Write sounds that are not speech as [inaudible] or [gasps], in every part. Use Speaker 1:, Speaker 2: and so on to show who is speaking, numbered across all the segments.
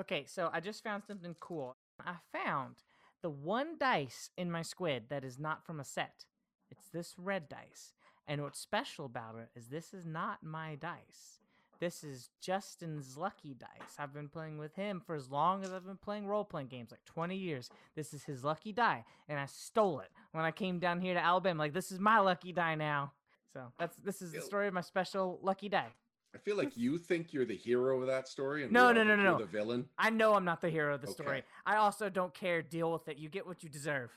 Speaker 1: Okay, so I just found something cool. I found the one dice in my squid that is not from a set. It's this red dice. And what's special about it is this is not my dice. This is Justin's lucky dice. I've been playing with him for as long as I've been playing role playing games, like 20 years. This is his lucky die, and I stole it when I came down here to Alabama. Like, this is my lucky die now. So that's this is the
Speaker 2: Ew.
Speaker 1: story of my special lucky die.
Speaker 2: I feel like you think you're the hero of that story, and
Speaker 1: No,
Speaker 2: we
Speaker 1: no,
Speaker 2: all
Speaker 1: no,
Speaker 2: think
Speaker 1: no,
Speaker 2: you're
Speaker 1: no.
Speaker 2: the villain.
Speaker 1: I know I'm not the hero of the
Speaker 2: Okay.
Speaker 1: story. I also don't care. Deal with it. You get what you deserve.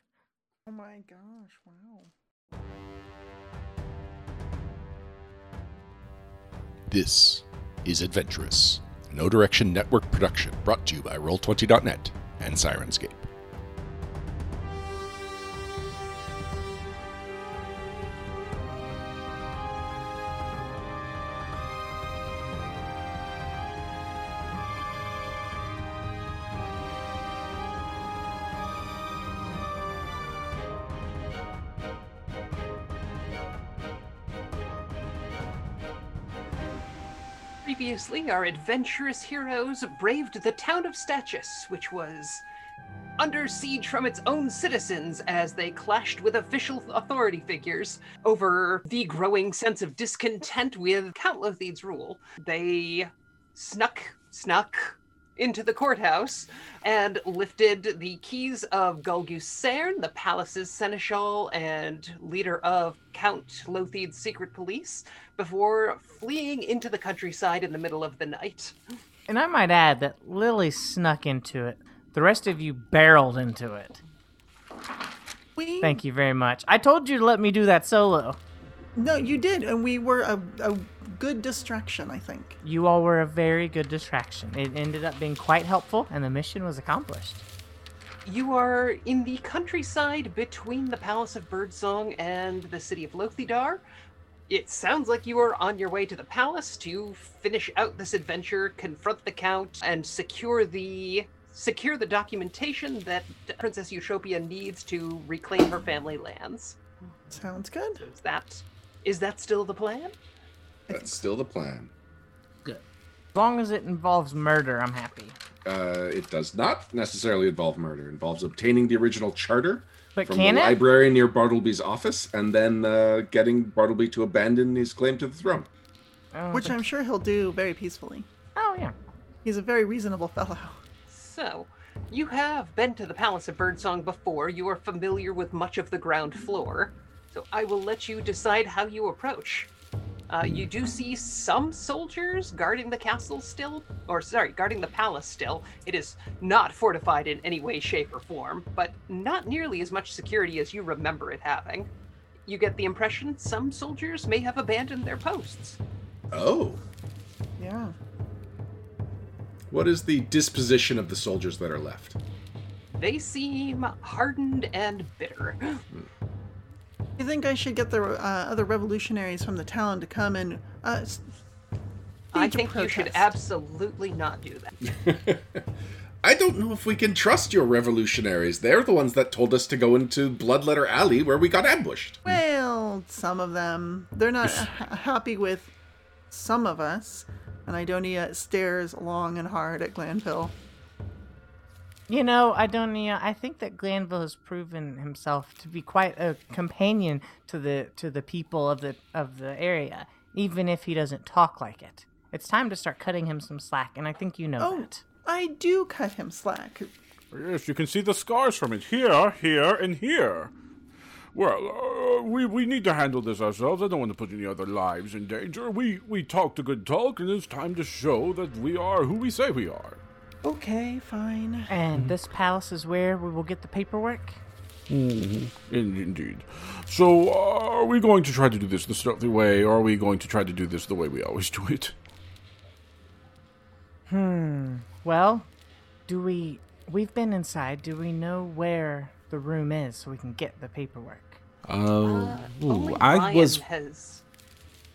Speaker 3: Oh my gosh! Wow.
Speaker 4: This is Adventurous, a No Direction Network production brought to you by Roll20.net and Sirenscape.
Speaker 5: Previously, our adventurous heroes braved the town of Stachus, which was under siege from its own citizens as they clashed with official authority figures over the growing sense of discontent with Count Lothied's rule. They snuck, snuck into the courthouse and lifted the keys of Gulgusern, the palace's seneschal and leader of Count Lothied's secret police, before fleeing into the countryside in the middle of the night.
Speaker 1: And I might add that Lily snuck into it. The rest of you barreled into it.
Speaker 3: We
Speaker 1: Thank you very much. I told you to let me do that solo.
Speaker 3: no, you did, and we were a, a good distraction, I think.
Speaker 1: You all were a very good distraction. It ended up being quite helpful, and the mission was accomplished.
Speaker 5: You are in the countryside between the Palace of Birdsong and the city of Lothidar. It sounds like you are on your way to the palace to finish out this adventure, confront the count, and secure the secure the documentation that Princess Eutropia needs to reclaim her family lands.
Speaker 3: Sounds good.
Speaker 5: Is that is that still the plan?
Speaker 2: That's still the plan.
Speaker 1: As long as it involves murder, I'm happy.
Speaker 2: Uh, it does not necessarily involve murder. It involves obtaining the original charter
Speaker 1: But
Speaker 2: from
Speaker 1: can
Speaker 2: the
Speaker 1: it?
Speaker 2: library near Bartleby's office, and then uh, getting Bartleby to abandon his claim to the throne.
Speaker 1: Oh,
Speaker 3: Which
Speaker 1: but-
Speaker 3: I'm sure he'll do very peacefully.
Speaker 1: oh yeah.
Speaker 3: He's a very reasonable fellow. [laughs]
Speaker 5: So, you have been to the Palace of Birdsong before. You are familiar with much of the ground floor. So, I will let you decide how you approach. Uh, you do see some soldiers guarding the castle still, or sorry, guarding the palace still. It is not fortified in any way, shape, or form, but not nearly as much security as you remember it having. You get the impression some soldiers may have abandoned their posts.
Speaker 2: Oh,
Speaker 3: Yeah.
Speaker 2: what is the disposition of the soldiers that are left?
Speaker 5: They seem hardened and bitter.
Speaker 3: You think I should get the uh, other revolutionaries from the town to come and uh, s-
Speaker 5: I
Speaker 3: stage a
Speaker 5: think you should
Speaker 3: protest?
Speaker 5: absolutely not do that.
Speaker 2: I don't know if we can trust your revolutionaries. They're the ones that told us to go into Bloodletter Alley where we got ambushed.
Speaker 3: Well, some of them. They're not ha- happy with some of us. And Idonia stares long and hard at Glanville.
Speaker 1: You know, Idonia, I think that Glanville has proven himself to be quite a companion to the to the people of the of the area, even if he doesn't talk like it. It's time to start cutting him some slack, and I think you know
Speaker 3: Oh.
Speaker 1: that.
Speaker 3: I do cut him slack.
Speaker 6: Yes, you can see the scars from it here, here, and here. Well, uh, we, we need to handle this ourselves. I don't want to put any other lives in danger. We we talked a good talk, and it's time to show that we are who we say we are.
Speaker 3: Okay, fine.
Speaker 1: And this palace is where we will get the paperwork.
Speaker 6: In, indeed. So, uh, are we going to try to do this the stealthy way, or are we going to try to do this the way we always do it?
Speaker 1: Well, do we? We've been inside. Do we know where the room is so we can get the paperwork?
Speaker 7: Oh, ooh,
Speaker 5: Uh, Only
Speaker 7: I
Speaker 5: Ryan
Speaker 7: was
Speaker 5: has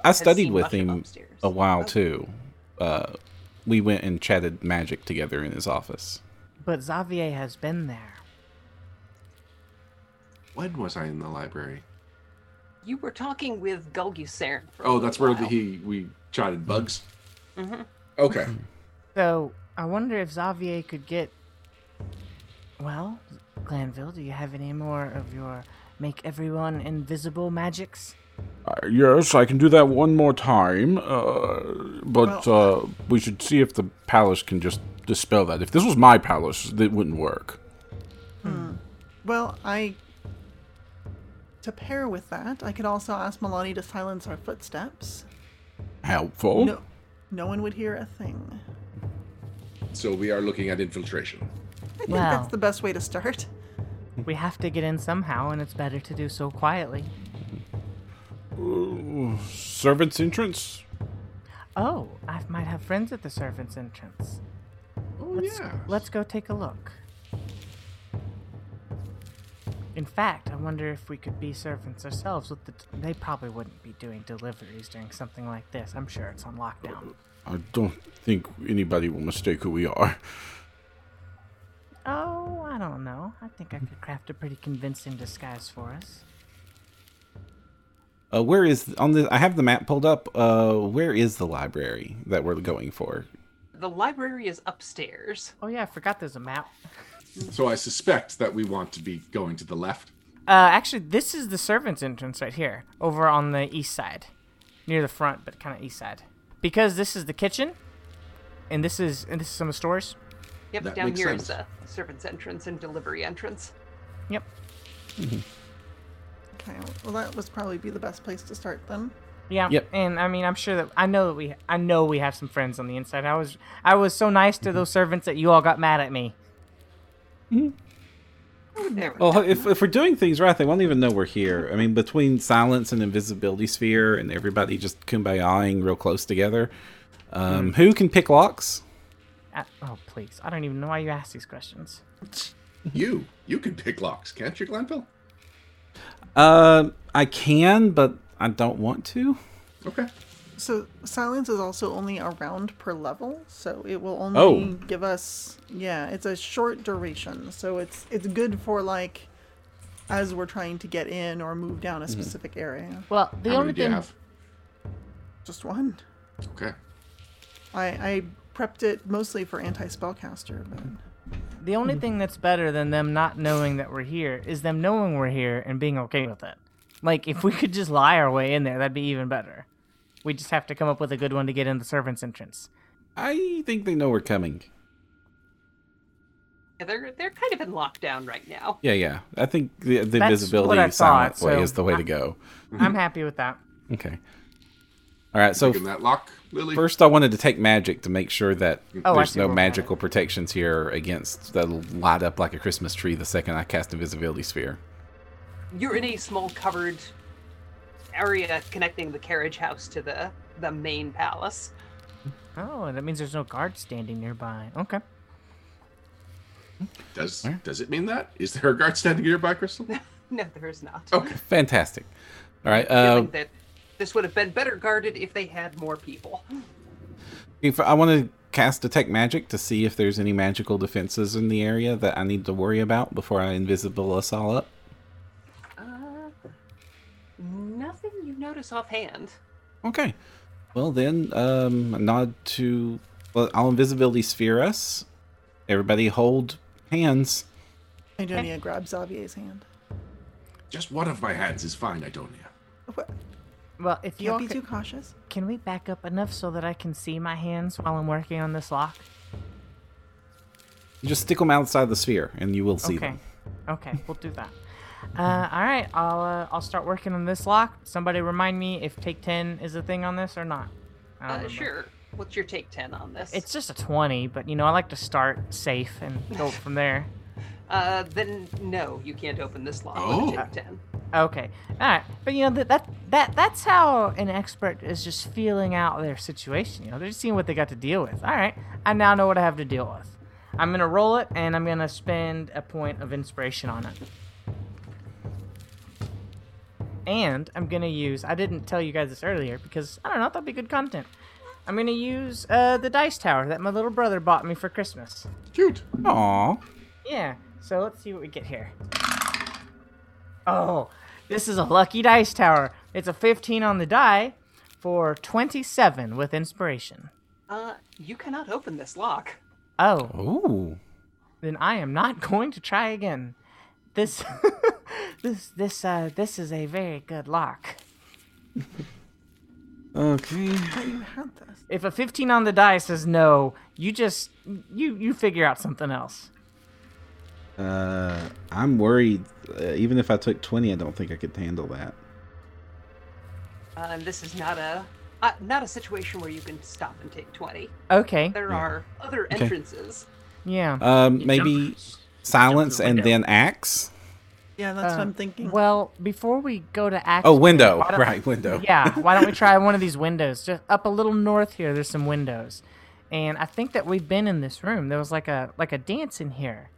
Speaker 7: I studied
Speaker 5: seen
Speaker 7: with
Speaker 5: much of
Speaker 7: him
Speaker 5: upstairs.
Speaker 7: a while too. Uh, we went and chatted magic together in his office.
Speaker 1: But Xavier has been there.
Speaker 2: When was I in the library?
Speaker 5: You were talking with Gulgusern. for a
Speaker 2: Oh, that's where
Speaker 5: little
Speaker 2: the,
Speaker 5: while.
Speaker 2: Mm-hmm. he we chatted bugs. Okay.
Speaker 1: So I wonder if Xavier could get. Well, Glanville, do you have any more of your make everyone invisible magics?
Speaker 6: Uh, yes, I can do that one more time, uh, but uh, we should see if the palace can just dispel that. If this was my palace, it wouldn't work.
Speaker 3: Well, I. To pair with that, I could also ask Milani to silence our footsteps.
Speaker 6: Helpful.
Speaker 3: No, no one would hear a thing. [laughs]
Speaker 2: So we are looking at infiltration.
Speaker 3: I think
Speaker 1: Wow.
Speaker 3: that's the best way to start.
Speaker 1: we have to get in somehow, and it's better to do so quietly.
Speaker 6: Servants' entrance?
Speaker 1: Oh, I might have friends at the servants' entrance.
Speaker 2: Oh yeah.
Speaker 1: Let's go take a look. In fact, I wonder if we could be servants ourselves. With the they probably wouldn't be doing deliveries during something like this. I'm sure it's on lockdown.
Speaker 6: I don't think anybody will mistake who we are.
Speaker 1: Oh, I don't know. I think I could craft a pretty convincing disguise for us.
Speaker 7: Uh, where is on the? I have the map pulled up. Uh, where is the library that we're going for?
Speaker 5: The library is upstairs.
Speaker 1: Oh yeah, I forgot there's a map.
Speaker 2: So I suspect that we want to be going to the left.
Speaker 1: Uh, actually, this is the servants' entrance right here, over on the east side, near the front, but kind of east side. Because this is the kitchen, and this is and this is some of the stores.
Speaker 5: Yep,
Speaker 2: That
Speaker 5: down
Speaker 2: makes
Speaker 5: here is
Speaker 2: sense.
Speaker 5: the servants' entrance and delivery entrance.
Speaker 1: Yep.
Speaker 3: Okay, well, that was probably be the best place to start then.
Speaker 1: Yeah.
Speaker 7: Yep.
Speaker 1: And I mean, I'm sure that I know that we I know we have some friends on the inside. I was I was so nice to
Speaker 2: Mhm.
Speaker 1: those servants that you all got mad at me.
Speaker 5: Hmm.
Speaker 7: Well, Oh, if, if we're doing things right, they won't even know we're here. I mean, between silence and invisibility sphere, and everybody just kumbayaing real close together. Um,
Speaker 6: Hmm.
Speaker 7: Who can pick locks?
Speaker 1: I, oh please! I don't even know why you asked these questions.
Speaker 2: You you can pick locks, can't you, Glenville?
Speaker 7: Um, I can, but I don't want to.
Speaker 2: Okay.
Speaker 3: So silence is also only a round per level, so it will only
Speaker 7: Oh.
Speaker 3: give us yeah, it's a short duration. So it's it's good for like as we're trying to get in or move down a specific area.
Speaker 1: Well, the
Speaker 2: How many
Speaker 1: only
Speaker 2: do you
Speaker 1: thing
Speaker 2: have?
Speaker 3: Just one.
Speaker 2: Okay.
Speaker 3: I I prepped it mostly for anti spellcaster, but
Speaker 1: the only
Speaker 7: Mm-hmm.
Speaker 1: thing that's better than them not knowing that we're here is them knowing we're here and being okay with it. Like if we could just lie our way in there, that'd be even better. We just have to come up with a good one to get in the servants' entrance.
Speaker 7: I think they know we're coming.
Speaker 5: Yeah, they're they're kind of in lockdown right now.
Speaker 7: Yeah, yeah. I think the, the
Speaker 1: That's what I
Speaker 7: invisibility
Speaker 1: thought,
Speaker 7: silent
Speaker 1: so
Speaker 7: way is the way
Speaker 1: I-
Speaker 7: to go.
Speaker 1: I'm happy with that.
Speaker 7: Okay. All right. So
Speaker 2: Picking that lock, Lily.
Speaker 7: First, I wanted to take magic to make sure that
Speaker 1: Oh, I
Speaker 7: there's
Speaker 1: see
Speaker 7: no
Speaker 1: what
Speaker 7: magical protections here against that'll light up like a Christmas tree the second I cast invisibility sphere.
Speaker 5: You're in a small covered area connecting the carriage house to the the main palace.
Speaker 1: Oh, that means there's no guards standing nearby. Okay.
Speaker 2: Does does it mean that? Is there a guard standing nearby, Crystal?
Speaker 5: No, there is not.
Speaker 2: Okay.
Speaker 7: Fantastic. All right.
Speaker 5: Feeling
Speaker 7: Uh,
Speaker 5: that this would have been better guarded if they had more people.
Speaker 7: if I want to cast detect magic to see if there's any magical defenses in the area that I need to worry about before I invisible us all up.
Speaker 5: Nothing you notice offhand.
Speaker 7: Okay. Well then, um, nod to. Well, I'll invisibility sphere us. Everybody hold hands.
Speaker 3: Antonia grabs Xavier's hand.
Speaker 2: Just one of my hands is fine, Idonia.
Speaker 3: What?
Speaker 1: Well, if you all
Speaker 3: Can't be
Speaker 1: could-
Speaker 3: too cautious.
Speaker 1: Can we back up enough so that I can see my hands while I'm working on this lock?
Speaker 7: You just stick them outside the sphere, and you will see
Speaker 1: Okay.
Speaker 7: them.
Speaker 1: Okay, we'll do
Speaker 7: [laughs]
Speaker 1: that. Uh, all right, I'll uh, I'll start working on this lock. Somebody remind me if take ten is a thing on this or not. I don't
Speaker 5: Uh,
Speaker 1: remember.
Speaker 5: sure. What's your take ten on this?
Speaker 1: It's just a twenty, but you know I like to start safe and go from there.
Speaker 5: uh, then no, you can't open this lock with
Speaker 2: Oh.
Speaker 5: a take ten.
Speaker 1: Okay, all right, but you know that that that that's how an expert is just feeling out their situation. You know, they're just seeing what they got to deal with. All right, I now know what I have to deal with. I'm gonna roll it, and I'm gonna spend a point of inspiration on it. And I'm gonna use. I didn't tell you guys this earlier because I don't know. I thought it'd be good content. I'm gonna use uh, the dice tower that my little brother bought me for Christmas.
Speaker 2: Cute.
Speaker 7: Aw.
Speaker 1: Yeah. So let's see what we get here. Oh, this is a lucky dice tower. It's a 15 on the die for 27 with inspiration.
Speaker 5: Uh, you cannot open this lock.
Speaker 1: Oh,
Speaker 7: Ooh.
Speaker 1: then I am not [laughs] going to try again. This, [laughs] this, this, uh, this is a very good lock.
Speaker 7: Okay.
Speaker 3: You had this.
Speaker 1: If a 15 on the die says no, you just you you figure out something else.
Speaker 7: Uh, I'm worried. Uh, even if I took 20, I don't think I could handle that.
Speaker 5: Uh, this is not a uh, not a situation where you can stop and take twenty.
Speaker 1: Okay.
Speaker 5: There are other entrances.
Speaker 1: Yeah.
Speaker 7: Um, maybe silence and then axe.
Speaker 3: Yeah, that's what I'm thinking.
Speaker 1: well, before we go to action.
Speaker 7: Oh, window.
Speaker 1: why don't-
Speaker 7: Right, window.
Speaker 1: Yeah. Why don't we try one of these windows? Just up a little north here. There's some windows, and I think that we've been in this room. There was like a like a dance in here.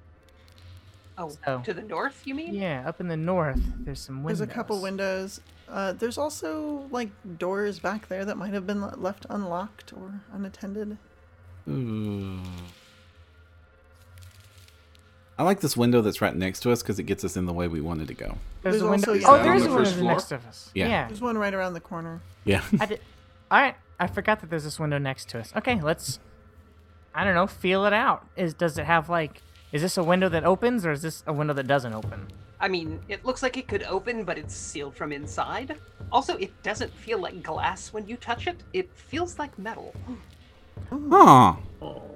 Speaker 5: Oh,
Speaker 1: So-
Speaker 5: to the north, you mean?
Speaker 1: Yeah, up in the north. There's some windows.
Speaker 3: There's a couple windows. Uh, there's also like doors back there that might have been le- left unlocked or unattended.
Speaker 7: I like this window that's right next to us because it gets us in the way we wanted to go.
Speaker 1: There's,
Speaker 3: There's
Speaker 1: a window.
Speaker 3: also-
Speaker 1: oh,
Speaker 3: yeah.
Speaker 1: there's
Speaker 6: On
Speaker 1: a
Speaker 6: the
Speaker 1: window
Speaker 6: first
Speaker 1: next to us.
Speaker 7: Yeah.
Speaker 1: yeah.
Speaker 3: There's one right around the corner.
Speaker 7: Yeah.
Speaker 1: I did. All right, I forgot that there's this window next to us. Okay, let's. I don't know. Feel it out. Is does it have like? Is this a window that opens or is this a window that doesn't
Speaker 3: [laughs]
Speaker 1: open?
Speaker 5: I mean, it looks like it could open, but it's sealed from inside. Also, it doesn't feel like glass when you touch it. It feels like metal. [gasps]
Speaker 7: Huh.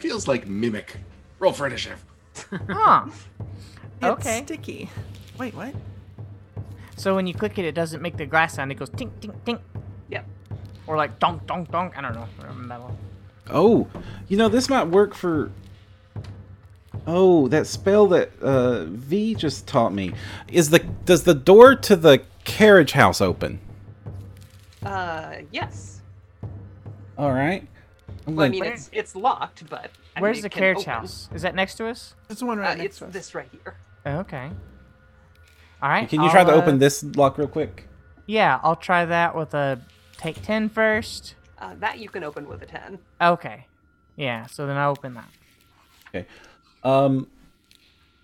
Speaker 2: Feels like mimic. Roll for initiative.
Speaker 1: Huh.
Speaker 3: It's
Speaker 1: Okay.
Speaker 3: sticky. Wait, what?
Speaker 1: So when you click it, it doesn't make the glass sound. It goes tink tink tink,
Speaker 5: Yep.
Speaker 1: or like donk donk donk. I don't know. or Metal.
Speaker 7: Oh, you know this might work for. Oh, that spell that uh, V just taught me is the does the door to the carriage house open?
Speaker 5: Uh, yes.
Speaker 7: All right. I'm
Speaker 5: Well, I
Speaker 7: gonna-
Speaker 5: mean, it's it's locked, but I mean,
Speaker 1: Where's
Speaker 5: it
Speaker 1: the
Speaker 5: can
Speaker 1: carriage
Speaker 5: open.
Speaker 1: house? Is that next to us? Oh,
Speaker 3: There's one
Speaker 5: Uh,
Speaker 3: right next
Speaker 5: it's
Speaker 3: to us.
Speaker 5: this right here.
Speaker 1: Okay. All right.
Speaker 7: can you try to
Speaker 1: I'll, uh,
Speaker 7: open this lock real quick?
Speaker 1: Yeah, I'll try that with a take 10 first.
Speaker 5: Uh, that you can open with a ten.
Speaker 1: Okay. Yeah. So then I open that.
Speaker 7: Okay. Um,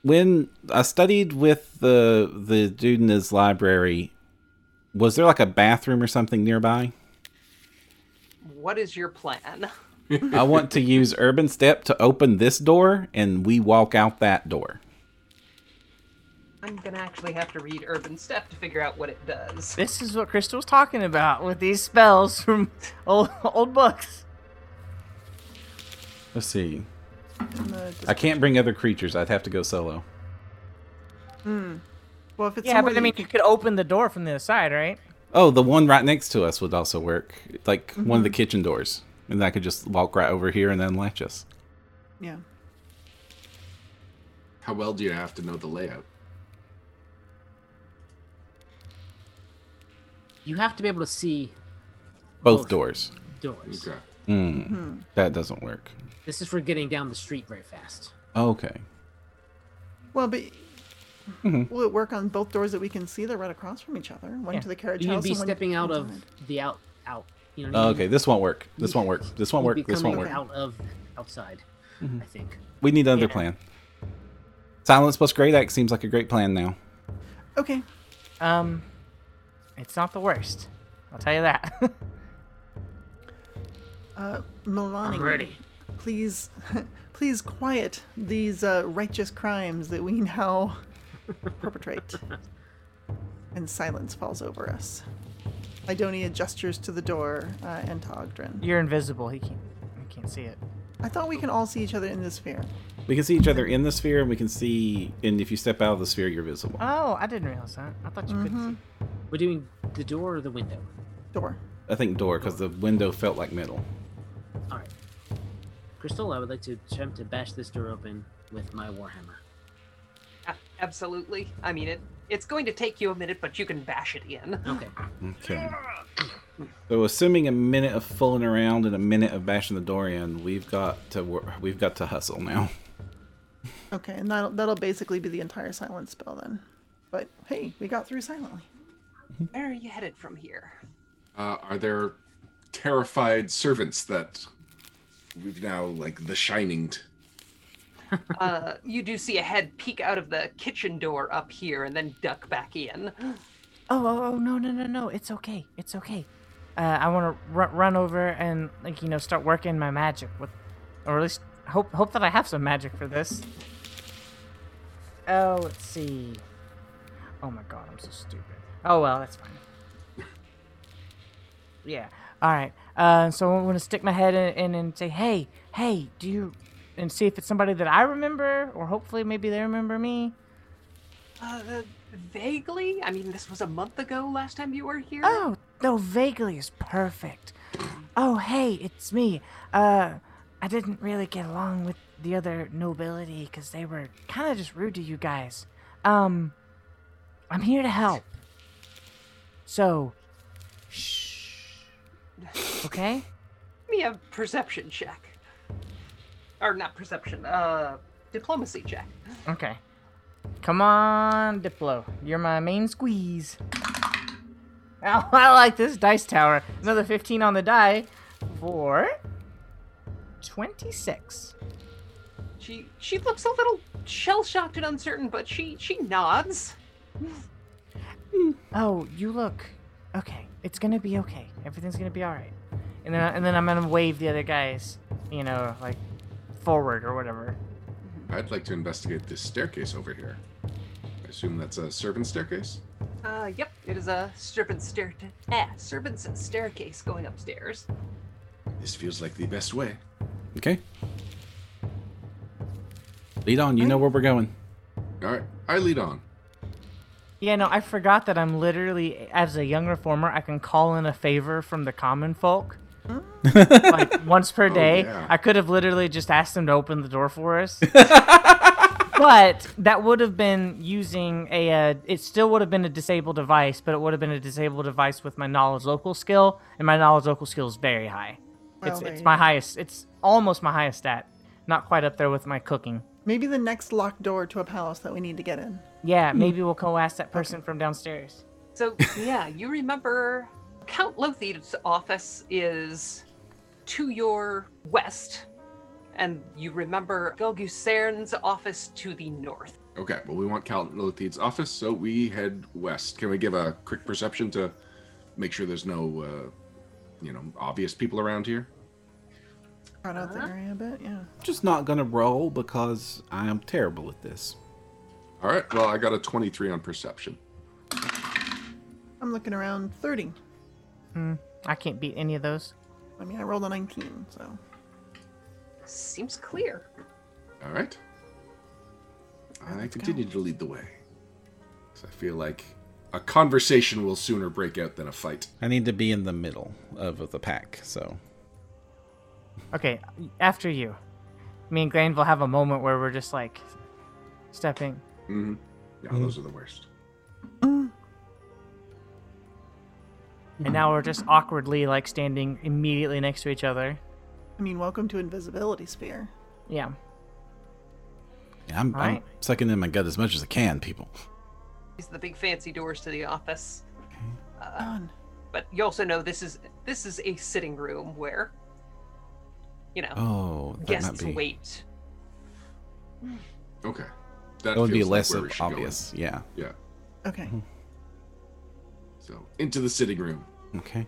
Speaker 7: when I studied with the the dude in his library, was there like a bathroom or something nearby?
Speaker 5: What is your plan?
Speaker 7: I
Speaker 5: [laughs]
Speaker 7: want to use Urban Step to open this door, and we walk out that door.
Speaker 5: I'm gonna actually have to read Urban Step to figure out what it does.
Speaker 1: This is what Crystal's talking about with these spells from [laughs] old, old books.
Speaker 7: Let's see.
Speaker 3: In the dis-
Speaker 7: I can't bring other creatures. I'd have to go solo.
Speaker 3: well, if it's
Speaker 1: Yeah,
Speaker 3: somewhere
Speaker 1: but I mean,
Speaker 3: you-
Speaker 1: you could open the door from the other side, right?
Speaker 7: Oh, the one right next to us would also work. Like one
Speaker 8: Mhm.
Speaker 7: of the kitchen doors. And I could just walk right over here and then latch us.
Speaker 3: yeah.
Speaker 2: How well do you have to know the layout?
Speaker 8: You have to be able to see
Speaker 7: Both
Speaker 8: Both.
Speaker 7: doors.
Speaker 8: doors.
Speaker 2: Okay.
Speaker 7: That doesn't work.
Speaker 8: This is for getting down the street very fast.
Speaker 7: Oh, Okay.
Speaker 3: Well, but will it work on both doors that we can see? They're right across from each other. One
Speaker 1: Yeah.
Speaker 3: to the carriage
Speaker 8: You'd
Speaker 3: house.
Speaker 8: be
Speaker 3: and one
Speaker 8: stepping out of
Speaker 3: inside.
Speaker 8: the out out. You know what I mean?
Speaker 7: Oh, Okay, this won't work. This won't work. This won't
Speaker 8: You'd
Speaker 7: work.
Speaker 8: be
Speaker 7: This
Speaker 8: coming
Speaker 7: won't work.
Speaker 8: out of outside.
Speaker 7: Mm-hmm.
Speaker 8: I think.
Speaker 7: We need another plan. Silence plus Great Axe seems like a great plan now.
Speaker 3: Okay.
Speaker 1: Um, it's not the worst. I'll tell you that. [laughs]
Speaker 3: Uh, Milani,
Speaker 8: I'm ready.
Speaker 3: please, [laughs] please quiet these uh, righteous crimes that we now [laughs] perpetrate. and silence falls over us. Idonia gestures to the door uh, and to Ogdrin.
Speaker 1: You're invisible. He can't. He can't see it.
Speaker 3: I thought we can all see each other in this sphere.
Speaker 7: We can see each other in the sphere, and we can see. And if you step out of the sphere, you're visible.
Speaker 8: Uh,
Speaker 1: Oh, I didn't realize that. I thought you could. See.
Speaker 8: We're doing the door or the window.
Speaker 3: Door.
Speaker 7: I think door, because the window felt like metal.
Speaker 8: All right. Crystal, I would like to attempt to bash this door open with my warhammer.
Speaker 5: A- absolutely. I mean, it it's going to take you a minute, but you can bash it in.
Speaker 8: [gasps] Okay.
Speaker 7: Okay. So, assuming a minute of fooling around and a minute of bashing the door in, we've got to wor- we've got to hustle now.
Speaker 3: Okay, and that'll, that'll basically be the entire silence spell then. But hey, we got through silently.
Speaker 5: Where are you headed from here?
Speaker 2: Uh, are there terrified servants that we've now like the shininged?
Speaker 5: Uh, you do see a head peek out of the kitchen door up here and then duck back in.
Speaker 1: Oh, oh, oh, no, no, no, no. It's okay. It's okay. Uh, I want to run over and like you know start working my magic with, or at least Hope hope that I have some magic for this. Oh, let's see. Oh my god, I'm so stupid. Oh well, that's fine. yeah. All right. Uh, so I'm gonna stick my head in, in and say, "Hey, hey, do you?" And see if it's somebody that I remember, or hopefully maybe they remember me.
Speaker 5: Uh, vaguely? I mean, this was a month ago last time you were here.
Speaker 1: Oh, no, vaguely is perfect. Oh, hey, it's me. Uh, I didn't really get along with the other nobility because they were kind of just rude to you guys. Um, I'm here to help. So, shh. Okay?
Speaker 5: Give me a perception check. Or not perception, uh, diplomacy check.
Speaker 1: Okay. Come on, Diplo. You're my main squeeze. [laughs] Ow, I like this dice tower. Another 15 on the die for 26.
Speaker 5: She she looks a little shell shocked and uncertain, but she she nods.
Speaker 1: Oh, you look. Okay, it's gonna be okay. Everything's gonna be all right. And then and then I'm gonna wave the other guys, you know, like forward or whatever.
Speaker 2: I'd like to investigate this staircase over here. I assume that's a servant staircase?
Speaker 5: Uh, yep, it is a servant's stair. Ah, servant's staircase going upstairs.
Speaker 2: This feels like the best way.
Speaker 7: Okay. Lead on. You know where we're going.
Speaker 2: All right, I lead on.
Speaker 1: Yeah, no, I forgot that I'm literally as a young reformer, I can call in a favor from the common folk. like once per day.
Speaker 2: yeah.
Speaker 1: I could have literally just asked them to open the door for us. but that would have been using a uh, it still would have been a disabled device, but it would have been a disabled device with my knowledge local skill, and my knowledge local skill is very high.
Speaker 3: Well,
Speaker 1: it's
Speaker 3: there
Speaker 1: it's
Speaker 3: you
Speaker 1: my
Speaker 3: go.
Speaker 1: highest. It's almost my highest stat. Not quite up there with my cooking.
Speaker 3: Maybe the next locked door to a palace that we need to get in.
Speaker 1: Yeah, maybe we'll go ask that person from downstairs.
Speaker 5: So yeah, you remember Count Lothi's office is to your west, and you remember Gelgusern's office to the north.
Speaker 2: Okay, well, we want Cal Lothid's office, so we head west. Can we give a quick perception to make sure there's no, uh, you know, obvious people around here?
Speaker 3: Run out the area a bit, yeah.
Speaker 7: I'm just not gonna roll because I am terrible at this.
Speaker 2: All right, well, I got a 23 on perception.
Speaker 3: I'm looking around 30.
Speaker 1: I can't beat any of those.
Speaker 3: I mean, I rolled a 19, so.
Speaker 5: Seems clear.
Speaker 2: All right. I continue to lead the way. 'Cause I feel like a conversation will sooner break out than a fight.
Speaker 7: I need to be in the middle of, of the pack. So
Speaker 1: Okay, after you. Me and Glane will have a moment where we're just like stepping.
Speaker 2: Yeah, those are the worst.
Speaker 1: And now we're just awkwardly like standing immediately next to each other.
Speaker 3: I mean, welcome to Invisibility Sphere.
Speaker 1: Yeah.
Speaker 7: yeah, I'm, I'm
Speaker 1: Alright.
Speaker 7: sucking in my gut as much as I can, people.
Speaker 5: These are the big fancy doors to the office.
Speaker 3: Done.
Speaker 5: But you also know this is this is a sitting room where you know
Speaker 7: Oh, that might
Speaker 5: guests
Speaker 7: be.
Speaker 5: wait.
Speaker 2: Okay. That
Speaker 7: That would be
Speaker 2: feels like
Speaker 7: less
Speaker 2: where
Speaker 7: of
Speaker 2: we should go in.
Speaker 7: obvious. Yeah.
Speaker 2: Yeah.
Speaker 3: Okay.
Speaker 2: So into the sitting room.
Speaker 7: Okay.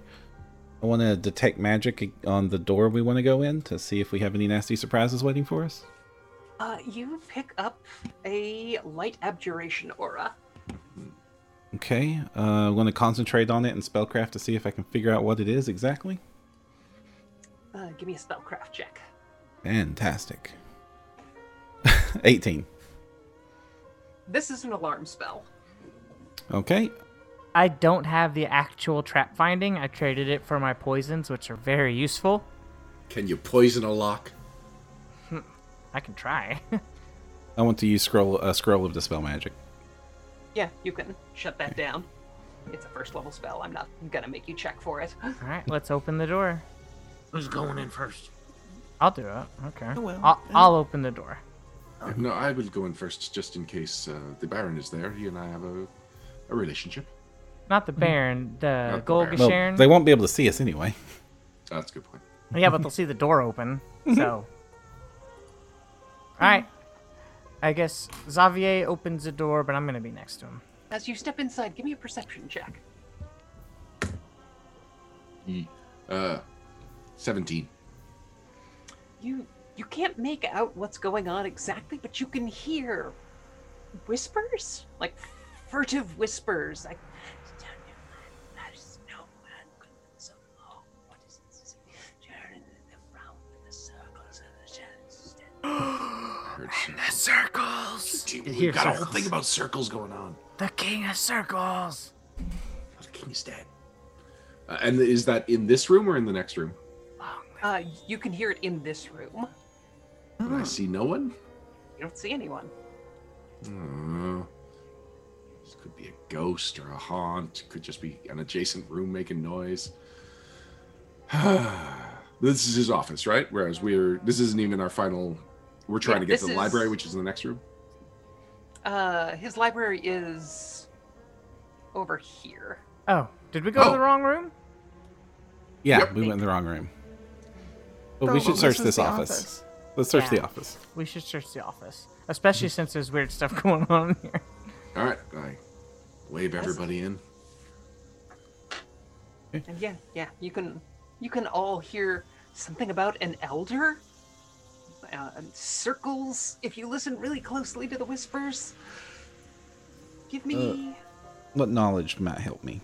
Speaker 7: I want to detect magic on the door we want to go in to see if we have any nasty surprises waiting for us.
Speaker 5: Uh, you pick up a light abjuration aura.
Speaker 7: Okay. Uh, I'm going to concentrate on it and spellcraft to see if I can figure out what it is exactly.
Speaker 5: Uh, give me a spellcraft check.
Speaker 7: Fantastic. [laughs] 18.
Speaker 5: This is an alarm spell.
Speaker 7: Okay.
Speaker 1: I don't have the actual trap finding. I traded it for my poisons, which are very useful.
Speaker 2: Can you poison a lock?
Speaker 1: I can try. [laughs]
Speaker 7: I want to use scroll uh, scroll of dispel magic.
Speaker 5: Yeah, you can shut that down. It's a first level spell. I'm not gonna make you check for it. [gasps]
Speaker 1: All right, let's open the door.
Speaker 8: Who's going in first?
Speaker 1: I'll do it. Okay. I
Speaker 3: will.
Speaker 1: I'll, I'll open the door.
Speaker 2: [clears throat] No, I will go in first, just in case uh, the Baron is there. He and I have a, a relationship.
Speaker 1: Not the Baron, the
Speaker 2: Not the Baron.
Speaker 7: Well,
Speaker 1: Golgasharon.
Speaker 7: they won't be able to see us anyway. [laughs]
Speaker 2: Ah, That's a good point.
Speaker 1: Yeah, but they'll see the door open. So. All right. I guess Xavier opens the door, but I'm going to be next to him.
Speaker 5: As you step inside, give me a perception check.
Speaker 2: Uh, 17.
Speaker 5: You You can't make out what's going on exactly, but you can hear whispers, like furtive whispers. Like, there's no man could live so long. What is this? Turn the round in the circles of the shadows.
Speaker 1: The circles!
Speaker 2: Oh, Dude,
Speaker 8: It
Speaker 2: we
Speaker 8: hears
Speaker 2: got a whole
Speaker 8: circles.
Speaker 2: thing about circles going on.
Speaker 1: The king of circles!
Speaker 2: The king is dead. Uh, and is that in this room or in the next room?
Speaker 5: Uh, you can hear it in this room.
Speaker 2: I see no one.
Speaker 5: You don't see anyone.
Speaker 2: Uh, this could be a ghost or a haunt. Could just be an adjacent room making noise. [sighs] this is his office, right? Whereas we're this isn't even our final. We're trying
Speaker 5: Yeah,
Speaker 2: to get to
Speaker 5: this
Speaker 2: the library,
Speaker 5: is-
Speaker 2: which is in the next room.
Speaker 5: Uh, his library is over here.
Speaker 1: Oh, did we go to the
Speaker 2: Oh.
Speaker 1: wrong room?
Speaker 7: Yeah, we went in the wrong room. But we
Speaker 3: Oh,
Speaker 7: should search
Speaker 3: is
Speaker 7: this
Speaker 3: the
Speaker 7: office. Let's search
Speaker 1: Yeah.
Speaker 7: the office.
Speaker 1: We should search the office, especially since there's weird stuff [laughs] going on in here.
Speaker 2: All right, I wave everybody in.
Speaker 5: And yeah, yeah, you can you can all hear something about an elder. Uh, circles. If you listen really closely to the whispers, give me.
Speaker 7: What knowledge might help me?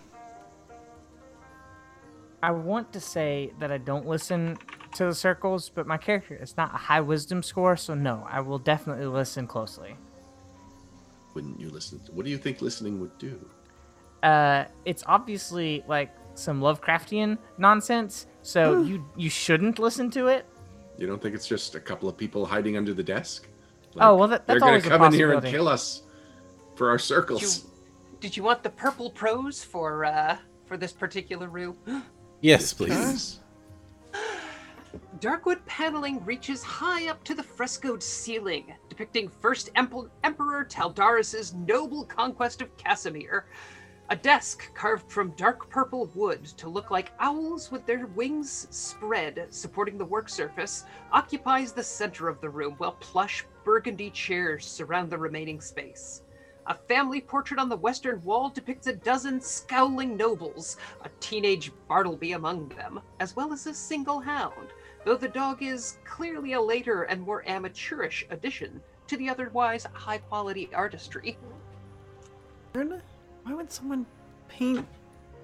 Speaker 1: I want to say that I don't listen to the circles, but my character it's not a high wisdom score, so no, I will definitely listen closely.
Speaker 2: Wouldn't you listen? What do you think listening would do?
Speaker 1: Uh, it's obviously like some Lovecraftian nonsense, so you you shouldn't listen to it.
Speaker 2: You don't think it's just a couple of people hiding under the desk?
Speaker 1: Oh, well, that- that's
Speaker 2: they're gonna
Speaker 1: always a
Speaker 2: come in here and
Speaker 1: possibility.
Speaker 2: kill us for our
Speaker 5: Did you,
Speaker 2: circles.
Speaker 5: did you want the purple prose for uh, for this particular room?
Speaker 7: Yes, please.
Speaker 2: Yes.
Speaker 5: Darkwood paneling reaches high up to the frescoed ceiling, depicting First Emp- Emperor Taldaris' noble conquest of Casimir. A desk carved from dark purple wood to look like owls with their wings spread, supporting the work surface, occupies the center of the room, while plush burgundy chairs surround the remaining space. A family portrait on the western wall depicts a dozen scowling nobles, a teenage Bartleby among them, as well as a single hound, though the dog is clearly a later and more amateurish addition to the otherwise high quality artistry.
Speaker 3: Weird. Why would someone paint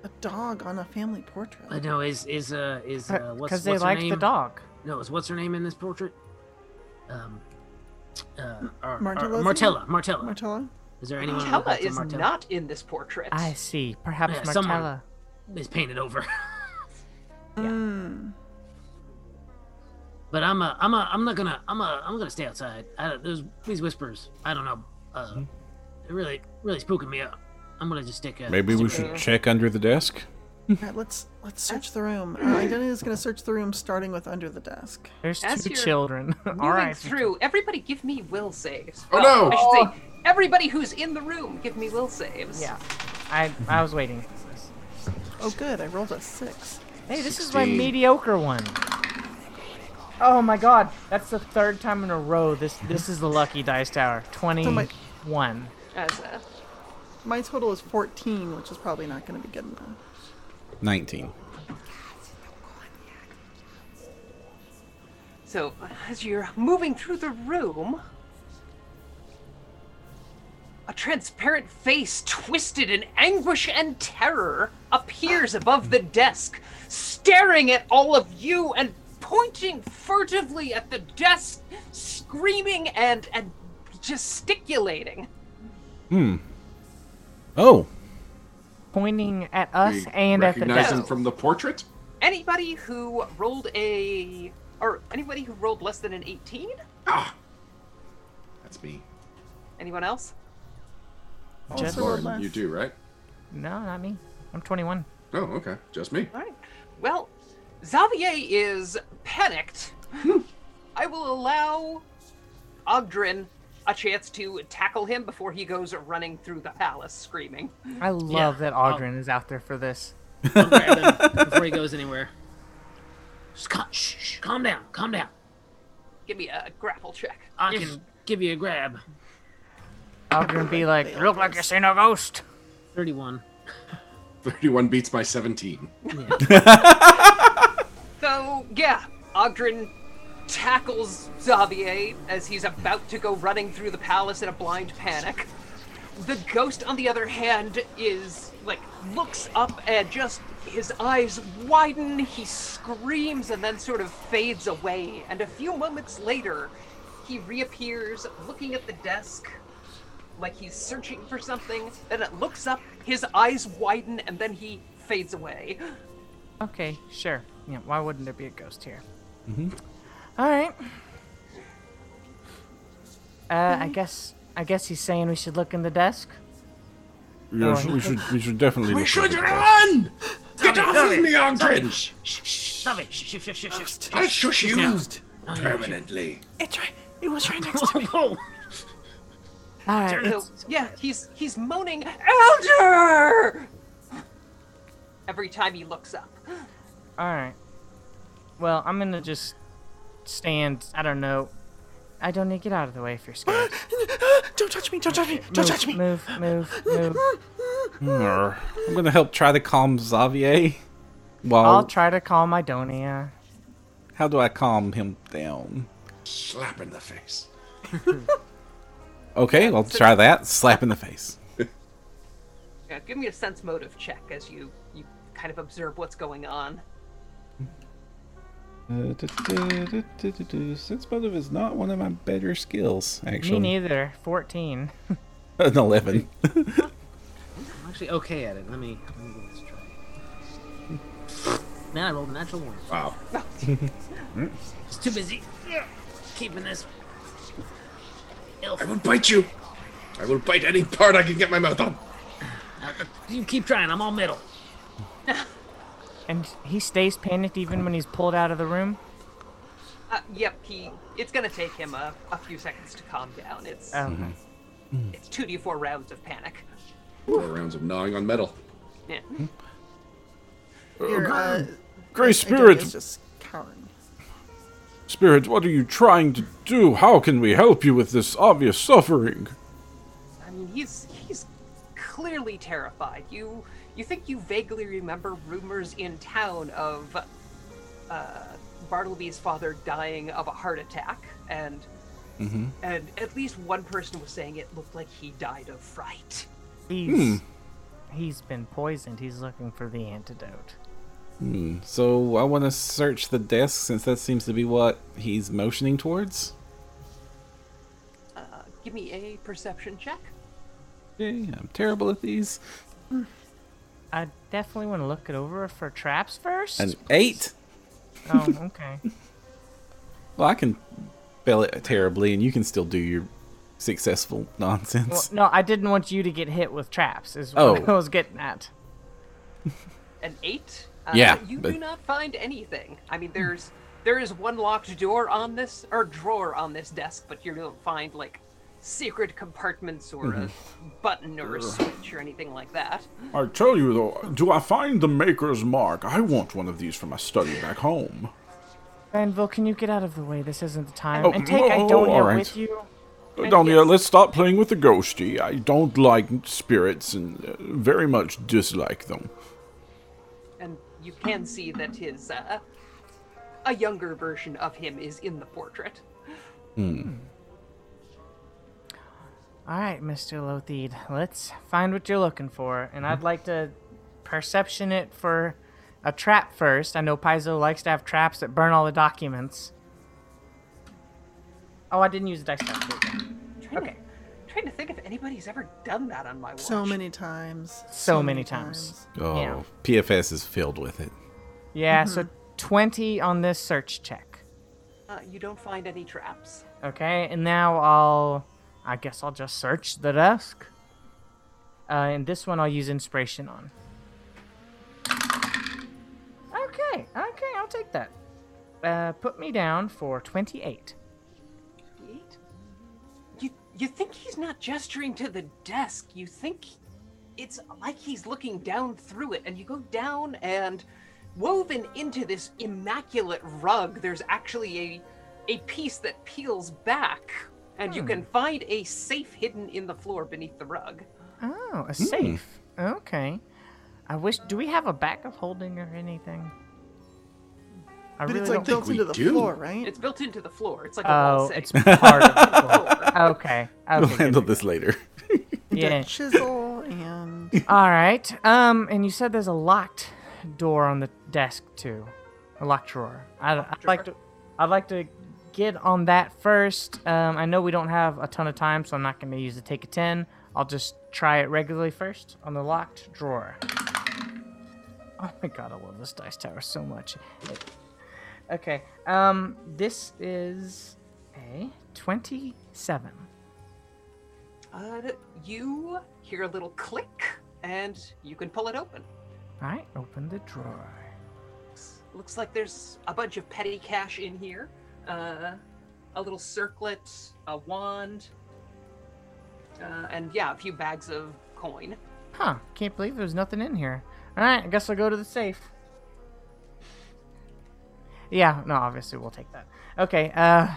Speaker 3: a dog on a family portrait?
Speaker 8: I know is is uh is uh, what's
Speaker 1: Because they
Speaker 8: what's her
Speaker 1: like the
Speaker 8: name?
Speaker 1: dog.
Speaker 8: No, is what's her name in this portrait? Um, uh, our,
Speaker 3: Martella?
Speaker 8: Martella, Martella, Martella.
Speaker 3: Martella?
Speaker 8: Is there anyone?
Speaker 5: Martella
Speaker 8: Mm, that's a
Speaker 5: is
Speaker 8: Martella?
Speaker 5: not in this portrait.
Speaker 1: I see. Perhaps
Speaker 8: Yeah,
Speaker 1: Martella.
Speaker 8: someone- It's painted over. [laughs] Hmm.
Speaker 3: Mm.
Speaker 8: But I'm a, I'm a, I'm not gonna, I'm a, I'm gonna stay outside. I, don't- there's these whispers. I don't know. Uh, they're really, really spooking me out. I'm gonna just stick. A,
Speaker 7: Maybe we
Speaker 8: stick
Speaker 7: should check under the desk.
Speaker 3: All right, let's let's search the room. Uh, Iduna is gonna search the room, starting with under the desk.
Speaker 1: There's
Speaker 5: As
Speaker 1: two
Speaker 5: you're
Speaker 1: children. [laughs] All
Speaker 5: Moving
Speaker 1: right.
Speaker 5: through, everybody give me will saves.
Speaker 2: Oh,
Speaker 5: Well,
Speaker 2: no!
Speaker 5: I should say, everybody who's in the room give me will saves.
Speaker 1: Yeah. I I was waiting.
Speaker 3: Oh, good, I rolled a six.
Speaker 1: Hey, this is my
Speaker 2: 16.
Speaker 1: mediocre one. Oh my god, that's the third time in a row. This this is the lucky dice tower. Twenty-one.
Speaker 5: As a,
Speaker 3: My total is fourteen, which is probably not gonna be good enough.
Speaker 7: 19.
Speaker 5: so, as you're moving through the room, a transparent face twisted in anguish and terror appears above the desk, staring at all of you and pointing furtively at the desk, screaming and and gesticulating.
Speaker 7: Oh,
Speaker 1: pointing at us
Speaker 2: We
Speaker 1: and at the
Speaker 2: recognize
Speaker 1: desk.
Speaker 2: him from the portrait.
Speaker 5: anybody who rolled a or anybody who rolled less than an 18
Speaker 2: Ah, that's me.
Speaker 5: anyone else
Speaker 3: Also rolled
Speaker 2: Lauren,
Speaker 3: less.
Speaker 2: you do right?
Speaker 1: No, not me. I'm 21.
Speaker 2: Oh, okay, just me.
Speaker 5: all right well xavier is panicked i will allow ogdrin a chance to tackle him before he goes running through the palace screaming
Speaker 1: I love that
Speaker 8: I'll-
Speaker 1: Audrin is out there for this.
Speaker 8: I'll grab him before he goes anywhere. Just cal- shh, shh, calm down, calm down.
Speaker 5: give me a grapple check
Speaker 8: I can give you a grab.
Speaker 1: Audrin be like, "You look like you seen a ghost.
Speaker 8: Thirty-one.
Speaker 2: Thirty-one beats by seventeen.
Speaker 5: so yeah ogdrin tackles Xavier as he's about to go running through the palace in a blind panic. The ghost, on the other hand, is like looks up and just his eyes widen, he screams and then sort of fades away. And a few moments later, he reappears looking at the desk like he's searching for something. Then it looks up, his eyes widen, and then he fades away.
Speaker 1: Okay, sure. Yeah, why wouldn't there be a ghost here? Mm-hmm. All right. Uh, I guess I guess he's saying we should look in the desk.
Speaker 6: Yes, we should. We should definitely.
Speaker 2: We
Speaker 6: look
Speaker 2: should
Speaker 6: at it.
Speaker 2: run! Get
Speaker 8: Tommy,
Speaker 2: off of me, Ogdridge!
Speaker 8: Stop it! Shh, shh, shh, shh, shh.
Speaker 2: I shush you
Speaker 8: Used.
Speaker 2: permanently.
Speaker 3: It, tri- it was right next to
Speaker 8: [laughs] Whoa,
Speaker 3: me.
Speaker 8: whoa.
Speaker 1: All right.
Speaker 5: So Oh, yeah, he's he's moaning Elder every time he looks up.
Speaker 1: All right. Well, I'm gonna just stand. I don't know. I don't need to get out of the way if you're scared.
Speaker 3: [gasps] Don't touch me! Don't touch me! Don't
Speaker 1: move,
Speaker 3: touch me! Oh.
Speaker 1: Move,
Speaker 3: [gasps]
Speaker 1: move, move.
Speaker 7: Arr. I'm gonna help try to calm Xavier.
Speaker 1: I'll
Speaker 7: While
Speaker 1: try to call my Donia.
Speaker 7: how do I calm him down?
Speaker 2: Slap in the face.
Speaker 7: Okay, I'll try that. Slap in the face.
Speaker 5: Yeah, give me a sense motive check as you you kind of observe what's going on.
Speaker 7: Uh, du- du- du- du- du- du. Sense motive is not one of my better skills,
Speaker 1: Me
Speaker 7: actually.
Speaker 1: neither. Fourteen.
Speaker 7: [laughs] An eleven.
Speaker 8: I'm actually okay at it. Let me, let me give this a try. Man, I rolled a natural one.
Speaker 2: Wow.
Speaker 8: It's too busy keeping this.
Speaker 2: I will bite you. I will bite any part I can get my mouth on.
Speaker 8: Uh, you keep trying. I'm all middle.
Speaker 1: And he stays panicked even when he's pulled out of the room.
Speaker 5: Uh, yep, he it's gonna take him a, a few seconds to calm down. It's
Speaker 1: Oh,
Speaker 5: it's two to four rounds of panic.
Speaker 2: Four rounds of gnawing on metal.
Speaker 5: Yeah.
Speaker 3: Your, uh,
Speaker 6: Gray
Speaker 3: Spirit.
Speaker 6: spirit,
Speaker 3: just cowering.
Speaker 6: spirit, what are you trying to do? How can we help you with this obvious suffering?
Speaker 5: I mean, he's he's clearly terrified. You you think you vaguely remember rumors in town of uh, Bartleby's father dying of a heart attack, and and at least one person was saying it looked like he died of fright.
Speaker 1: he's
Speaker 6: Hmm.
Speaker 1: he's been poisoned. He's looking for the antidote.
Speaker 7: [laughs] So I want to search the desk since that seems to be what he's motioning towards.
Speaker 5: Uh, give me a perception check.
Speaker 7: Okay, I'm terrible at these.
Speaker 1: I definitely want to look it over for traps first.
Speaker 7: An eight.
Speaker 1: oh,
Speaker 6: [laughs]
Speaker 1: okay.
Speaker 7: Well, I can fail it terribly, and you can still do your successful
Speaker 1: Well,
Speaker 7: nonsense.
Speaker 1: no, I didn't want you to get hit with traps. Is what
Speaker 7: Oh.
Speaker 1: [laughs] I was getting at.
Speaker 5: An eight. Uh,
Speaker 7: Yeah,
Speaker 5: You
Speaker 7: but-
Speaker 5: do not find anything. I mean, there's there is one locked door on this or drawer on this desk, but you don't find like secret compartments or a
Speaker 7: Mm-hmm.
Speaker 5: button or a switch or anything like that.
Speaker 6: I tell you though, do I find the maker's mark? I want one of these for my study back home.
Speaker 1: Granville, can you get out of the way? This isn't the time.
Speaker 6: Oh,
Speaker 1: and take
Speaker 6: oh,
Speaker 1: Idonia
Speaker 6: alright.
Speaker 1: with you.
Speaker 6: Uh, Donia, let's stop playing with the ghosty. I don't like spirits and uh, very much dislike them.
Speaker 5: And you can see that his uh, a younger version of him is in the portrait.
Speaker 1: All right, Mr. Lothied, let's find what you're looking for. And I'd like to perception it for a trap first. I know Paizo likes to have traps that burn all the documents. Oh, I didn't use the dice calculator.
Speaker 5: Trying okay. To, trying to think if anybody's ever done that on my watch.
Speaker 3: So many times.
Speaker 1: So many times.
Speaker 7: oh,
Speaker 1: yeah.
Speaker 7: PFS is filled with it.
Speaker 1: Yeah, so 20 on this search check.
Speaker 5: Uh, you don't find any traps.
Speaker 1: Okay, and now I'll. I guess I'll just search the desk. Uh, and this one I'll use inspiration on. Okay, okay, I'll take that. Uh, put me down for 28.
Speaker 5: Eight? You you think he's not gesturing to the desk? You think it's like he's looking down through it, and you go down and woven into this immaculate rug. There's actually a a piece that peels back, and
Speaker 1: Hmm.
Speaker 5: you can find a safe hidden in the floor beneath the rug.
Speaker 1: Oh, a safe. Okay. I wish. Do we have a backup holding or anything? I
Speaker 3: But
Speaker 1: really
Speaker 3: it's like
Speaker 1: don't.
Speaker 3: built
Speaker 2: we
Speaker 3: into the
Speaker 2: do.
Speaker 3: floor, right?
Speaker 5: It's built into the floor. It's like a wall
Speaker 1: Oh,
Speaker 5: safe.
Speaker 1: it's part of
Speaker 5: [laughs]
Speaker 1: the floor. Okay. okay
Speaker 7: [laughs] We'll
Speaker 1: good
Speaker 7: handle
Speaker 1: to
Speaker 7: this later.
Speaker 3: And
Speaker 1: Yeah.
Speaker 3: a chisel and
Speaker 1: know. All right. Um, and you said there's a locked door on the desk too, a locked drawer. I, would like to, I'd like to get on that first. Um, I know we don't have a ton of time, so I'm not going to use the take a ten. I'll just try it regularly first on the locked drawer. Oh my god, I love this dice tower so much. Okay. Um, this is a twenty-seven.
Speaker 5: Uh, you hear a little click, and you can pull it open.
Speaker 1: All right, open the drawer.
Speaker 5: Looks like there's a bunch of petty cash in here. Uh, a little circlet, a wand, uh, and yeah, a few bags of coin.
Speaker 1: Huh, can't believe there's nothing in here. Alright, I guess I'll go to the safe. Yeah, no, obviously we'll take that. Okay, uh.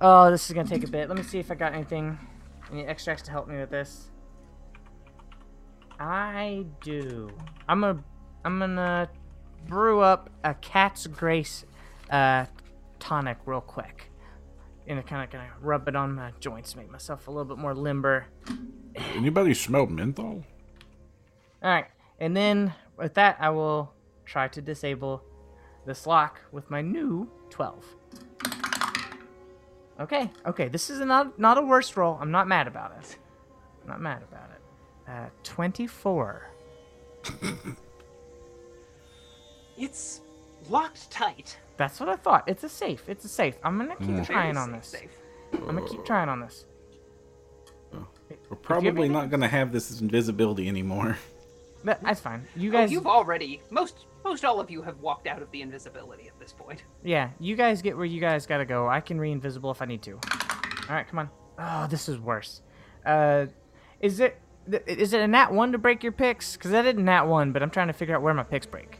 Speaker 1: Oh, this is gonna take a bit. Let me see if I got anything. Any extracts to help me with this? I do. I'm gonna. I'm gonna brew up a cat's grace uh, tonic real quick. And I kind of gonna rub it on my joints, make myself a little bit more limber.
Speaker 6: Anybody smell menthol?
Speaker 1: All right, and then with that, I will try to disable this lock with my new twelve. Okay, okay, this is not not a worse roll. I'm not mad about it. I'm not mad about it. Uh, Twenty-four.
Speaker 5: It's locked tight.
Speaker 1: That's what I thought. It's a safe. It's a safe. I'm gonna keep
Speaker 5: Very
Speaker 1: trying on
Speaker 5: safe,
Speaker 1: this.
Speaker 5: Hmm. safe.
Speaker 1: I'm gonna keep trying on this.
Speaker 7: We're
Speaker 1: have
Speaker 7: probably
Speaker 1: anything?
Speaker 7: not going to have this invisibility anymore.
Speaker 1: But that's fine. You
Speaker 5: Oh,
Speaker 1: guys,
Speaker 5: you've already most most all of you have walked out of the invisibility at this point.
Speaker 1: yeah, you guys get where you guys gotta go. I can re-invisible if I need to. All right, come on. Oh, this is worse. Uh, is it th- is it a nat one to break your picks? Because I didn't nat one, but I'm trying to figure out where my picks break.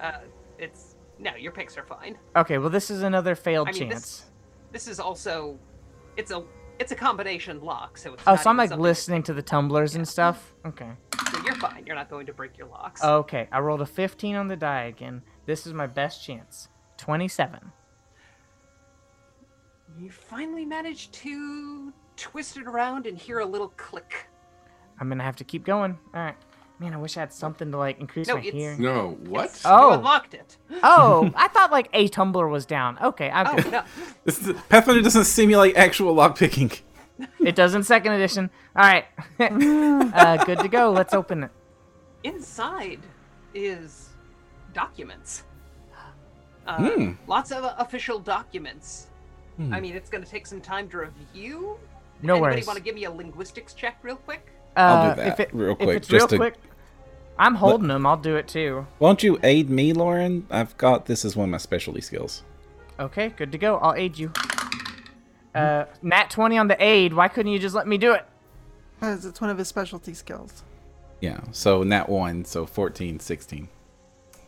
Speaker 5: Uh, it's no, your picks are fine.
Speaker 1: Okay, well this is another failed
Speaker 5: I mean,
Speaker 1: chance.
Speaker 5: This is also, it's a it's a combination lock, so it's.
Speaker 1: Oh,
Speaker 5: not
Speaker 1: so I'm
Speaker 5: even
Speaker 1: like
Speaker 5: something-
Speaker 1: listening to the tumblers and stuff. Okay.
Speaker 5: So you're fine. You're not going to break your locks.
Speaker 1: Okay, I rolled a 15 on the die again. This is my best chance. 27.
Speaker 5: You finally manage to twist it around and hear a little click.
Speaker 1: I'm gonna have to keep going. All right. Man, I wish I had something to like increase
Speaker 5: No,
Speaker 1: my
Speaker 5: it's-
Speaker 1: hearing.
Speaker 2: No, what?
Speaker 7: Uh,
Speaker 5: You
Speaker 1: Oh,
Speaker 5: unlocked it.
Speaker 1: oh! I thought like a tumbler was down. Okay, I'm
Speaker 5: Oh
Speaker 1: good.
Speaker 5: no!
Speaker 7: [laughs] This is, Pathfinder doesn't simulate actual lockpicking.
Speaker 1: It does in second edition. All right, [laughs] uh, good to go. Let's open it.
Speaker 5: Inside is documents. Uh,
Speaker 1: Hmm.
Speaker 5: Lots of official documents. I mean, it's going to take some time to review.
Speaker 1: No
Speaker 5: Anybody
Speaker 1: worries.
Speaker 5: want to give me a linguistics check real quick?
Speaker 7: I'll do
Speaker 1: Uh,
Speaker 7: that
Speaker 1: if it-
Speaker 7: real
Speaker 1: If
Speaker 7: quick,
Speaker 1: it's
Speaker 7: just
Speaker 1: real
Speaker 7: to-
Speaker 1: quick, I'm holding them. I'll do it too.
Speaker 7: Won't you aid me, Lauren? I've got this as one of my specialty skills.
Speaker 1: Okay, good to go. I'll aid you. Uh, nat 20 on the aid. Why couldn't you just let me do it?
Speaker 3: because it's one of his specialty skills.
Speaker 7: Yeah, so nat 1, so 14, 16. I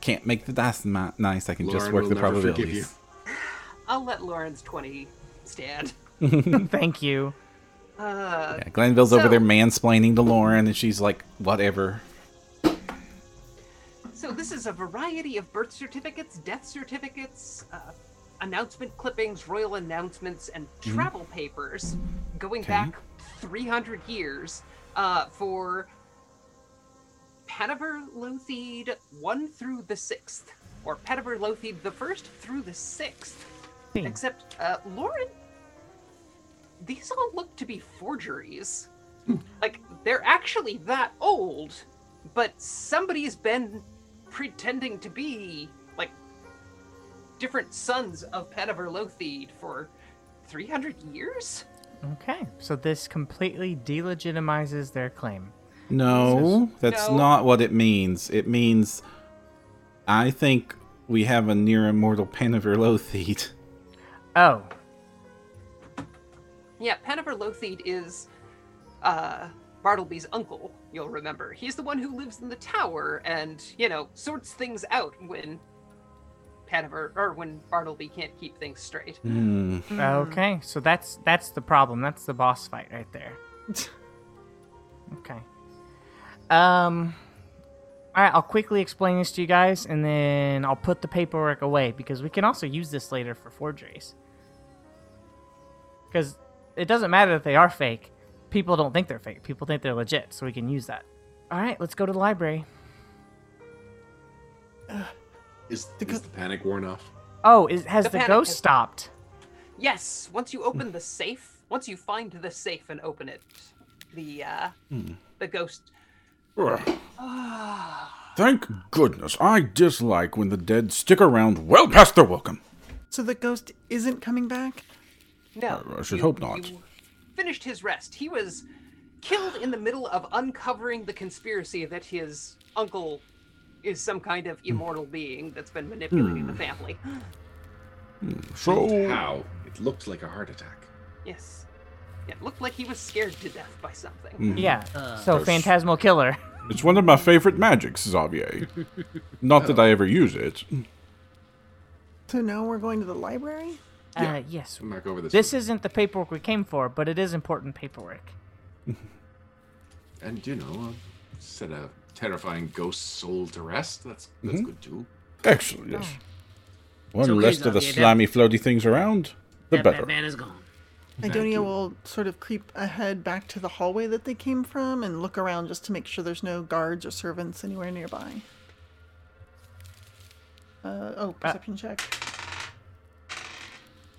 Speaker 7: can't make the dice ni- nice, I can just
Speaker 2: Lauren
Speaker 7: work
Speaker 2: will
Speaker 7: the
Speaker 2: never forgive you.
Speaker 7: probabilities.
Speaker 5: I'll let Lauren's twenty stand.
Speaker 1: Thank you.
Speaker 5: Uh,
Speaker 7: Yeah, Glenville's over
Speaker 5: So-
Speaker 7: there mansplaining to Lauren, and she's like, whatever.
Speaker 5: So this is a variety of birth certificates, death certificates, uh, announcement clippings, royal announcements, and travel papers going back 300 years uh, for Peniver Lothied 1 through the 6th, or Peniver Lothied the 1st through the 6th.
Speaker 1: Hmm.
Speaker 5: Except, uh, Lauren, these all look to be forgeries. Like, they're actually that old, but somebody's been pretending to be, like, different sons of Peniver Lothied for 300 years?
Speaker 1: Okay, so this completely delegitimizes their claim.
Speaker 7: No, that's
Speaker 5: No.
Speaker 7: not what it means. It means I think we have a near immortal Panaver Lothete.
Speaker 1: Oh,
Speaker 5: Yeah, Peniver Lothied is uh, Bartleby's uncle, you'll remember. He's the one who lives in the tower and, you know, sorts things out when Peniver, or when Bartleby can't keep things straight.
Speaker 7: Hmm.
Speaker 1: okay. So that's that's the problem. That's the boss fight right there. Okay. Um, All right, I'll quickly explain this to you guys, and then I'll put the paperwork away because we can also use this later for forgeries. Because it doesn't matter if they are fake; people don't think they're fake. People think they're legit, so we can use that. All right, let's go to the library.
Speaker 2: Is,
Speaker 3: The
Speaker 2: is
Speaker 3: co-
Speaker 2: the panic worn off?
Speaker 1: Oh, is, has
Speaker 5: The
Speaker 1: the,
Speaker 5: panic
Speaker 1: ghost
Speaker 5: has-
Speaker 1: stopped?
Speaker 5: Yes, once you
Speaker 6: Hmm.
Speaker 5: open the safe, once you find the safe and open it, the uh,
Speaker 6: Hmm.
Speaker 5: the ghost.
Speaker 6: Ugh. Thank goodness. I dislike when the dead stick around well past their welcome.
Speaker 3: So the ghost isn't coming back?
Speaker 5: No,
Speaker 6: I should hope not.
Speaker 5: you finished his rest. He was killed in the middle of uncovering the conspiracy that his uncle is some kind
Speaker 6: Hmm.
Speaker 5: of immortal being that's been manipulating the family. [gasps]
Speaker 6: So,
Speaker 2: How? It looked like a heart attack.
Speaker 5: Yes, it looked like he was scared to death by something.
Speaker 6: Hmm.
Speaker 1: Yeah.
Speaker 5: Uh,
Speaker 1: so phantasmal killer.
Speaker 6: it's one of my favorite magics, Xavier. Not that I ever use it.
Speaker 3: So now we're going to the library?
Speaker 1: Uh, yes.
Speaker 2: I'm not over this.
Speaker 1: This isn't the paperwork we came for, but it is important paperwork.
Speaker 2: one. and you know, uh, set a terrifying ghost soul to rest. That's that's
Speaker 7: Mm-hmm.
Speaker 2: good too.
Speaker 6: Excellent, yes.
Speaker 1: Ah.
Speaker 6: One
Speaker 8: okay,
Speaker 6: less of the
Speaker 8: Xavier, that-
Speaker 6: slimy, floaty things around, the
Speaker 8: That
Speaker 6: better.
Speaker 8: Batman is gone.
Speaker 3: Idonia will sort of creep ahead back to the hallway that they came from and look around just to make sure there's no guards or servants anywhere nearby. Uh,
Speaker 2: Ah.
Speaker 3: oh, perception check.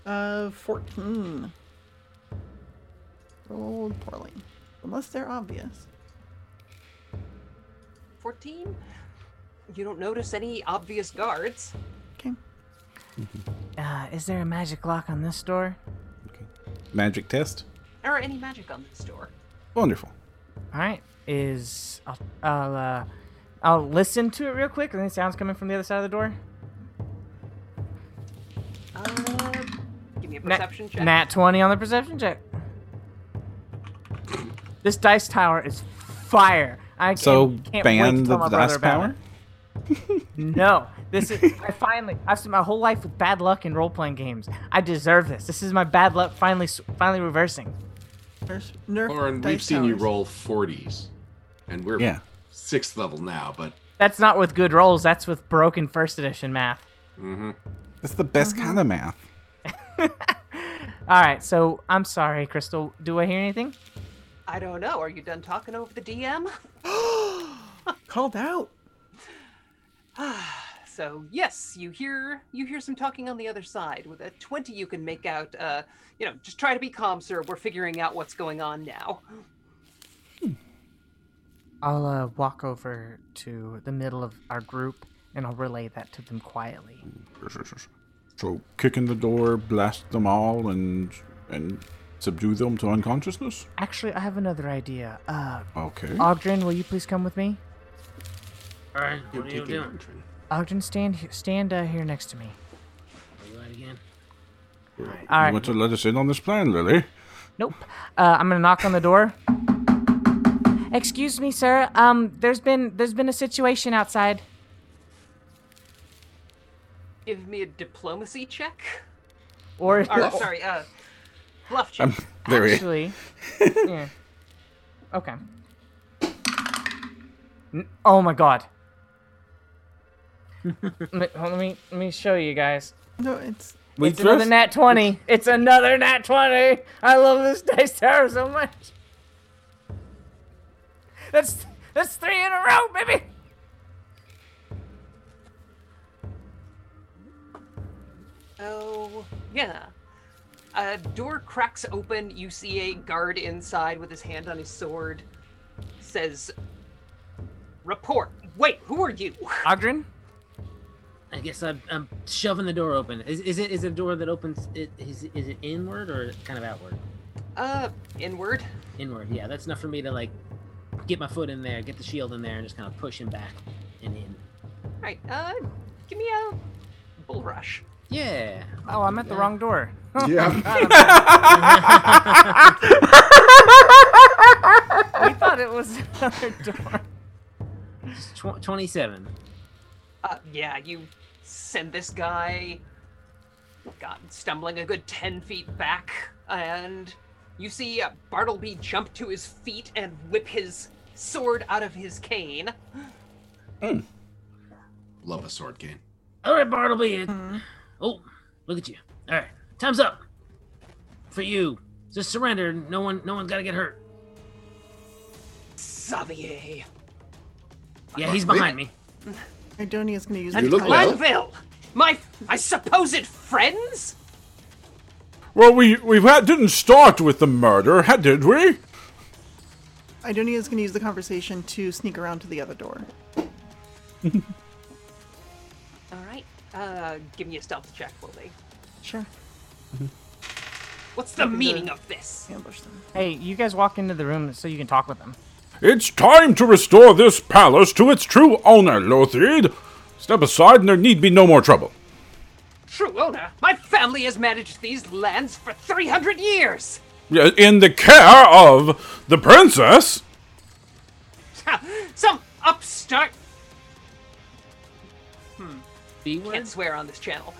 Speaker 3: Uh, 14. Rolled poorly. Unless they're obvious.
Speaker 5: 14 you don't notice any obvious guards
Speaker 3: Okay.
Speaker 1: Uh, is there a magic lock on this door?
Speaker 7: [laughs] Magic test.
Speaker 5: or any magic on this door
Speaker 7: Wonderful.
Speaker 1: All right. Is I'll I'll, uh, I'll listen to it real quick, and then sounds coming from the other side of the door.
Speaker 5: uh, give me a
Speaker 1: Nat-
Speaker 5: perception check
Speaker 1: Nat twenty on the perception check. This dice tower is fire. I can't,
Speaker 7: So
Speaker 1: can't wait to
Speaker 7: ban
Speaker 1: tell
Speaker 7: the
Speaker 1: my brother
Speaker 7: dice
Speaker 1: about
Speaker 7: power.
Speaker 1: it. No, this is. I finally. I've spent my whole life with bad luck in role playing games. I deserve this. This is my bad luck finally s- finally reversing.
Speaker 3: Nerf, nerf
Speaker 2: Lauren,
Speaker 3: dice
Speaker 2: we've seen you
Speaker 3: towers.
Speaker 2: roll 40s, and we're
Speaker 7: Yeah.
Speaker 2: sixth level now, but
Speaker 1: That's not with good rolls. That's with broken first edition math.
Speaker 7: That's the best
Speaker 1: Mm-hmm.
Speaker 7: kind of math.
Speaker 1: All right. So I'm sorry, Crystal. Do I hear anything?
Speaker 5: i don't know are you done talking over the dm
Speaker 3: [gasps] Called out.
Speaker 5: [sighs] so yes you hear you hear some talking on the other side with a 20 you can make out uh you know just try to be calm sir we're figuring out what's going on now
Speaker 1: I'll uh, walk over to the middle of our group and I'll relay that to them quietly.
Speaker 6: So, kick in the door, blast them all, and and subdue them to unconsciousness?
Speaker 1: Actually, I have another idea. Uh,
Speaker 6: Okay.
Speaker 1: Ogden, will you please come with me?
Speaker 8: All right, what are you doing?
Speaker 1: Ogden, stand he- stand uh, here next to me.
Speaker 8: Do that again.
Speaker 1: All
Speaker 6: You
Speaker 1: right.
Speaker 6: want to let us in on this plan, Lily?
Speaker 1: Nope. Uh, I'm gonna knock on the door. Excuse me, sir. Um, there's been there's been a situation outside.
Speaker 5: give me a diplomacy check
Speaker 1: Or
Speaker 5: or sorry uh bluff check
Speaker 7: There he is.
Speaker 1: actually,
Speaker 7: [laughs]
Speaker 1: yeah. Okay. N- Oh my
Speaker 7: [laughs]
Speaker 1: god. let, hold- let me let me show you guys.
Speaker 3: No, it's
Speaker 7: We
Speaker 1: It's another
Speaker 7: just-
Speaker 1: nat twenty. It's another nat twenty. I love this dice tower so much. That's that's three in a row, baby.
Speaker 5: Oh, yeah. A door cracks open. You see a guard inside with his hand on his sword. Says, Report. Wait, who are you?
Speaker 1: Ogden.
Speaker 8: I guess I'm, I'm shoving the door open. Is, is it is it a door that opens? It, is is it inward or kind of outward?
Speaker 5: Uh, inward.
Speaker 8: Inward. Yeah, that's enough for me to like get my foot in there, get the shield in there, and just kind of push him back and in.
Speaker 5: Right, uh, give me a bull rush.
Speaker 8: Yeah.
Speaker 1: Oh, I'm at the wrong door. [laughs]
Speaker 2: yeah,
Speaker 7: [laughs]
Speaker 1: we thought it was another door.
Speaker 8: It's tw- Twenty-seven.
Speaker 5: Uh, yeah, you send this guy, God, stumbling a good 10 feet back, and you see uh, Bartleby jump to his feet and whip his sword out of his cane.
Speaker 2: Love a sword game.
Speaker 8: All right, Bartleby. it- Oh, look at you. All right, time's up for you. Just surrender. No one, no one's got to get hurt.
Speaker 5: Xavier.
Speaker 8: Yeah, he's behind me.
Speaker 3: Idonia's going to use
Speaker 2: You
Speaker 3: the
Speaker 2: look
Speaker 3: time.
Speaker 2: well.
Speaker 5: Glanville! My, I supposed friends?
Speaker 6: Well, we we had, didn't start with the murder, had did we?
Speaker 3: Idonia's going to use the conversation to sneak around to the other door.
Speaker 5: All right. Uh, give me a stealth check, will they?
Speaker 3: Sure.
Speaker 5: What's the meaning of this?
Speaker 3: Ambush them.
Speaker 1: Hey, you guys walk into the room so you can talk with them.
Speaker 6: It's time to restore this palace to its true owner, Lothrid. Step aside, and there need be no more trouble.
Speaker 5: True owner, my family has managed these lands for 300 years!
Speaker 6: Yeah, In the care of the princess.
Speaker 5: Ha, Some upstart
Speaker 8: B word?
Speaker 5: can't swear on this [laughs] channel.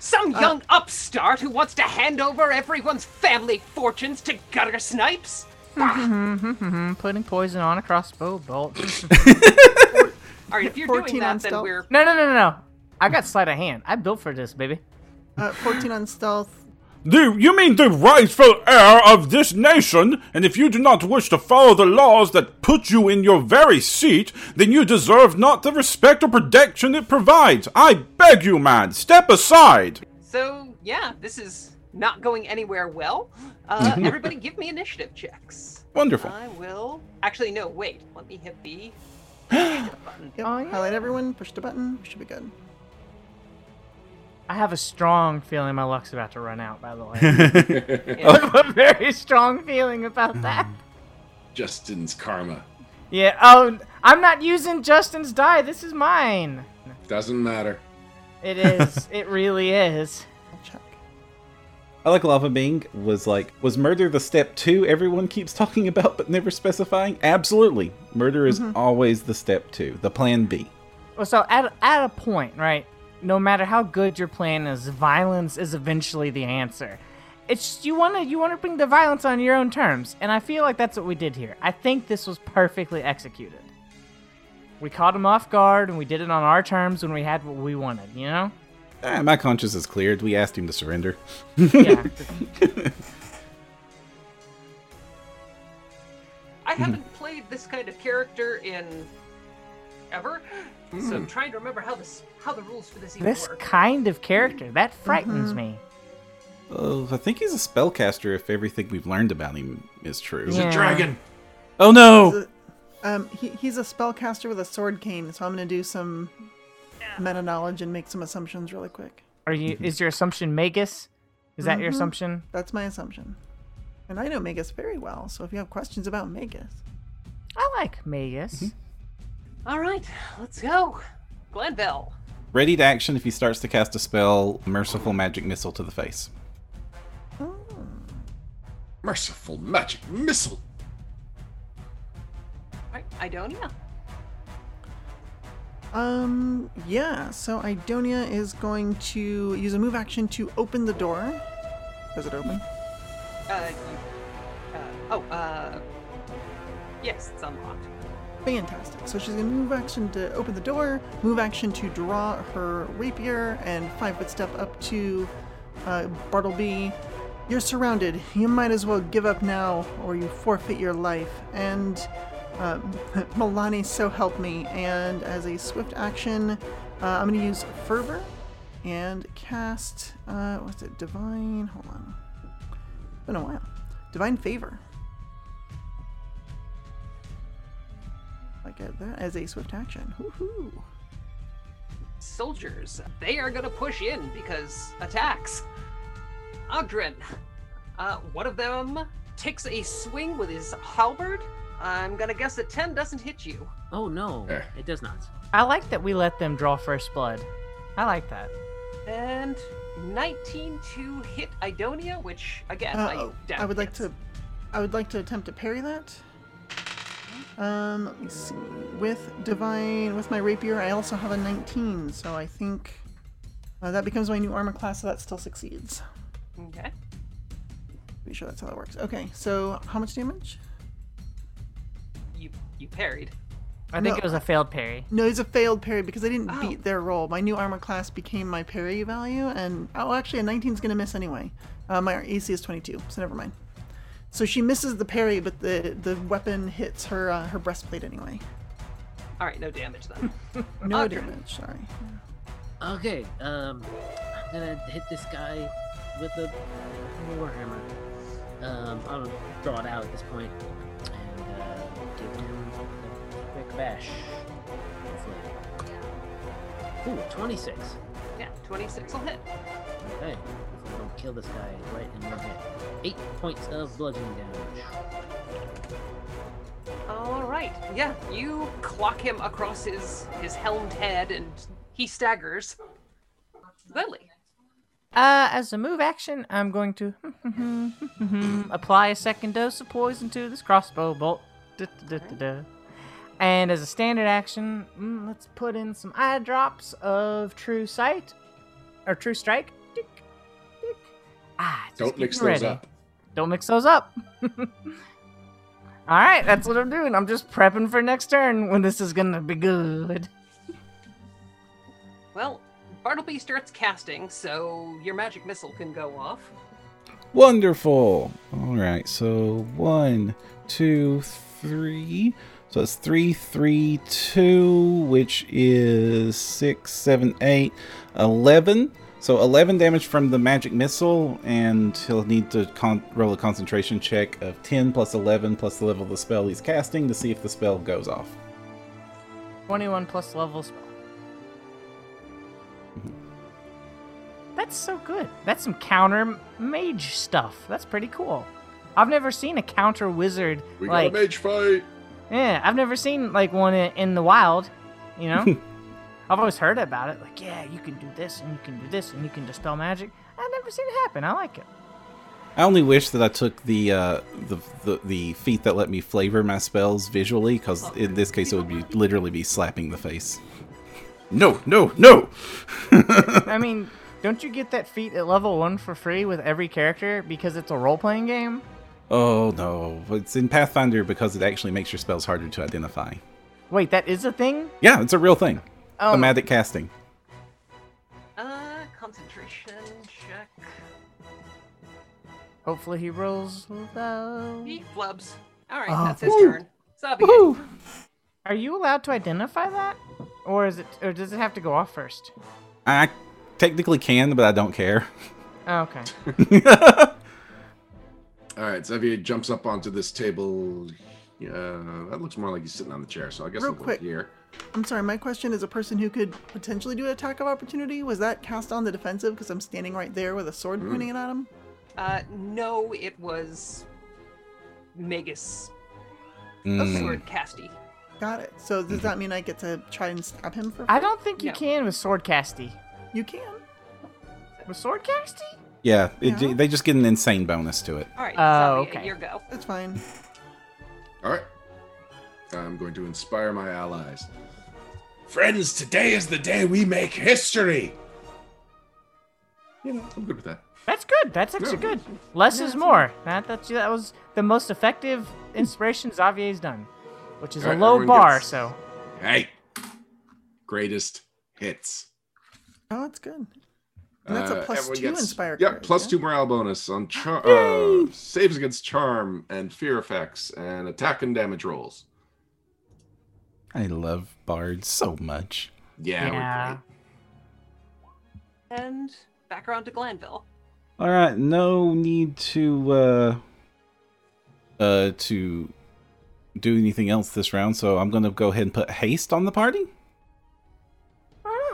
Speaker 5: Some young upstart who wants to hand over everyone's family fortunes to gutter snipes?
Speaker 1: I'm putting poison on a crossbow bolt.
Speaker 5: Alright, if you're
Speaker 3: 14
Speaker 5: doing that,
Speaker 3: on
Speaker 5: then
Speaker 3: stealth.
Speaker 5: we're.
Speaker 1: [laughs] no, no, no, no, no. I got sleight of hand. I built for this, baby.
Speaker 3: Uh, 14 on stealth.
Speaker 6: The, you mean the rightful heir of this nation, and if you do not wish to follow the laws that put you in your very seat, then you deserve not the respect or protection it provides. I beg you, man, step aside.
Speaker 5: So, yeah, this is not going anywhere well. [laughs] Uh, everybody give me initiative checks.
Speaker 6: Wonderful.
Speaker 5: I will. Actually, no, wait. Let me hit the.
Speaker 3: Yep.
Speaker 1: Oh, yeah.
Speaker 3: Highlight everyone, push the button. We should be good.
Speaker 1: I have a strong feeling my luck's about to run out, by the way. [laughs] I have a very strong feeling about that.
Speaker 2: Justin's karma.
Speaker 1: Yeah, oh, I'm not using Justin's die. This is mine.
Speaker 2: Doesn't matter.
Speaker 1: It is. it really is.
Speaker 3: I'll check.
Speaker 7: I like Lava Bing was like, was murder the step two everyone keeps talking about but never specifying? Absolutely. Murder is always the step two, the plan B.
Speaker 1: Well, so at, at a point, right? No matter how good your plan is, violence is eventually the answer. It's just you want to you want to bring the violence on your own terms, and I feel like that's what we did here. I think this was perfectly executed. We caught him off guard, and we did it on our terms when we had what we wanted. You [laughs] know?
Speaker 7: Ah, my conscience is cleared. We asked him to surrender.
Speaker 1: Yeah.
Speaker 5: I haven't played this kind of character in ever, so I'm trying to remember how this how the rules for this even
Speaker 1: this
Speaker 5: work.
Speaker 1: kind of character that frightens me.
Speaker 7: Oh, I think he's a spellcaster if everything we've learned about him is true.
Speaker 1: Yeah.
Speaker 2: Dragon.
Speaker 7: Oh
Speaker 6: [laughs]
Speaker 7: no!
Speaker 3: Um, he, he's a spellcaster with a sword cane, so I'm going to do some meta knowledge and make some assumptions really quick.
Speaker 1: Are you? Is your assumption Magus? Is that your assumption?
Speaker 3: That's my assumption. And I know Magus very well, so if you have questions about Magus,
Speaker 1: I like Magus.
Speaker 5: All right, let's go, Glenville.
Speaker 7: Ready to action if he starts to cast a spell, merciful magic missile to the face.
Speaker 2: Merciful magic missile.
Speaker 5: All right, Idonia.
Speaker 3: Um, yeah, so Idonia is going to use a move action to open the door. Does it open?
Speaker 5: Uh, you, uh, oh, uh, yes, it's unlocked.
Speaker 3: Fantastic. So she's going to move action to open the door, move action to draw her rapier, and five foot step up to uh, Bartleby. You're surrounded. You might as well give up now, or you forfeit your life. And uh, [laughs] Milani, so help me. And as a swift action, uh, I'm going to use Fervor and cast. Uh, what's it? Divine. Hold on. Been a while. Divine Favor. I get that as a swift action. Woohoo!
Speaker 5: Soldiers, they are gonna push in because attacks. Ogdrin, uh, one of them takes a swing with his halberd. I'm gonna guess a ten doesn't hit you.
Speaker 8: Oh no,
Speaker 2: Eh.
Speaker 8: it does not.
Speaker 1: I like that we let them draw first blood. I like that.
Speaker 5: And 19 to hit Idonia, which again
Speaker 3: Uh,
Speaker 5: I doubt.
Speaker 3: I would like
Speaker 5: hits.
Speaker 3: to, I would like to attempt to parry that. Um, let me see. With divine, with my rapier, I also have a 19, so I think uh, that becomes my new armor class. So that still succeeds.
Speaker 5: Okay.
Speaker 3: Pretty sure that's how that works. Okay, so how much damage?
Speaker 5: You you parried.
Speaker 1: I think
Speaker 3: No.
Speaker 1: it was a failed parry.
Speaker 3: No, it's a failed parry because I didn't
Speaker 5: Oh.
Speaker 3: beat their roll. My new armor class became my parry value, and oh, actually, a 19's gonna miss anyway. Uh, my AC is 22, so never mind. So she misses the parry, but the the weapon hits her uh, her breastplate anyway.
Speaker 5: All right, no damage then.
Speaker 3: [laughs] No
Speaker 5: Audrey.
Speaker 3: damage. Sorry.
Speaker 8: Okay, um, I'm gonna hit this guy with a warhammer. Um, I'll draw it out at this point and uh, give him a quick bash. Hopefully. Ooh, 26.
Speaker 5: yeah, 26 will hit.
Speaker 8: Okay, hopefully I don't kill this guy right in one hit. Eight points of bludgeoning damage.
Speaker 5: All right. Yeah, you clock him across his his helmed head, and he staggers. Lily.
Speaker 1: Uh, as a move action, I'm going to apply a second dose of poison to this crossbow bolt. Du-du-du-du-du. And as a standard action, mm, let's put in some eye drops of true sight or true strike. Tick, tick. Ah, just
Speaker 2: Don't
Speaker 1: getting
Speaker 2: mix those
Speaker 1: ready.
Speaker 2: up.
Speaker 1: Don't mix those up. [laughs] All right, that's what I'm doing. I'm just prepping for next turn when this is gonna be good.
Speaker 5: Well, Bartleby starts casting, so your magic missile can go off.
Speaker 7: Wonderful. All right, so one, two, three. So it's three, three, two, which is six, seven, eight, eleven. So eleven damage from the magic missile, and he'll need to con- roll a concentration check of ten plus eleven plus the level of the spell he's casting to see if the spell goes off.
Speaker 1: 21 plus level spell. That's so good. That's some counter mage stuff. That's pretty cool. I've never seen a counter wizard
Speaker 2: We got
Speaker 1: like
Speaker 2: a mage fight.
Speaker 1: yeah. I've never seen like one in, in the wild. You know,
Speaker 2: [laughs]
Speaker 1: I've always heard about it. Like yeah, you can do this and you can do this and you can dispel magic. I've never seen it happen. I like it.
Speaker 7: I only wish that I took the uh, the, the the feat that let me flavor my spells visually, because in this case it would be literally be slapping the face. No, no, no.
Speaker 1: I mean, don't you get that feat at level one for free with every character because it's a role playing game?
Speaker 7: Oh no, it's in Pathfinder because it actually makes your spells harder to identify.
Speaker 1: Wait, that is a thing.
Speaker 7: Yeah, it's a real thing.
Speaker 1: Oh.
Speaker 7: Thematic casting.
Speaker 5: Uh, concentration check.
Speaker 1: Hopefully he rolls low.
Speaker 5: He flubs. All right,
Speaker 1: Oh.
Speaker 5: that's his turn. Savia.
Speaker 3: Woo!
Speaker 1: Are you allowed to identify that, or is it, or does it have to go off first?
Speaker 7: I technically can, but I don't care.
Speaker 1: Oh, okay.
Speaker 2: All right, Xavier jumps up onto this table. Uh, that looks more like he's sitting on the chair, so I guess
Speaker 3: Real
Speaker 2: I'll go
Speaker 3: quick.
Speaker 2: here.
Speaker 3: I'm sorry. My question is: a person who could potentially do an attack of opportunity was that cast on the defensive because I'm standing right there with a sword pointing it at him?
Speaker 5: Uh, no, it was Magus
Speaker 7: Mm.
Speaker 5: Sword Casty.
Speaker 3: Got it. So does that mean I get to try and stab him for?
Speaker 1: I don't think you
Speaker 5: No.
Speaker 1: can with swordcasty.
Speaker 3: you can.
Speaker 1: With swordcasty?
Speaker 7: Yeah, it,
Speaker 3: Yeah.
Speaker 7: they just get an insane bonus to it.
Speaker 5: All right,
Speaker 1: Oh,
Speaker 5: Savia,
Speaker 1: okay.
Speaker 5: your go.
Speaker 3: That's fine.
Speaker 2: All right. I'm going to inspire my allies. Friends, today is the day we make history. You know, I'm good with that.
Speaker 1: That's good. That's actually
Speaker 2: Yeah.
Speaker 1: good. Less is more. That that's that was the most effective inspiration Xavier's done, which is a
Speaker 2: Alright,
Speaker 1: low
Speaker 2: Uh, everyone
Speaker 1: bar.
Speaker 2: gets-
Speaker 1: So
Speaker 2: Hey, greatest hits.
Speaker 3: Oh, that's good. And that's a plus
Speaker 2: everyone
Speaker 3: two inspire
Speaker 2: Yep,
Speaker 3: card,
Speaker 2: plus
Speaker 3: yeah? Ah,
Speaker 2: two morale bonus on char- uh, saves against charm and fear effects and attack and damage rolls.
Speaker 7: I love bards so much.
Speaker 2: Yeah,
Speaker 1: Yeah.
Speaker 2: We're
Speaker 5: And back around to Glanville.
Speaker 7: All right, no need to uh uh to do anything else this round, so I'm going to go ahead and put haste on the party.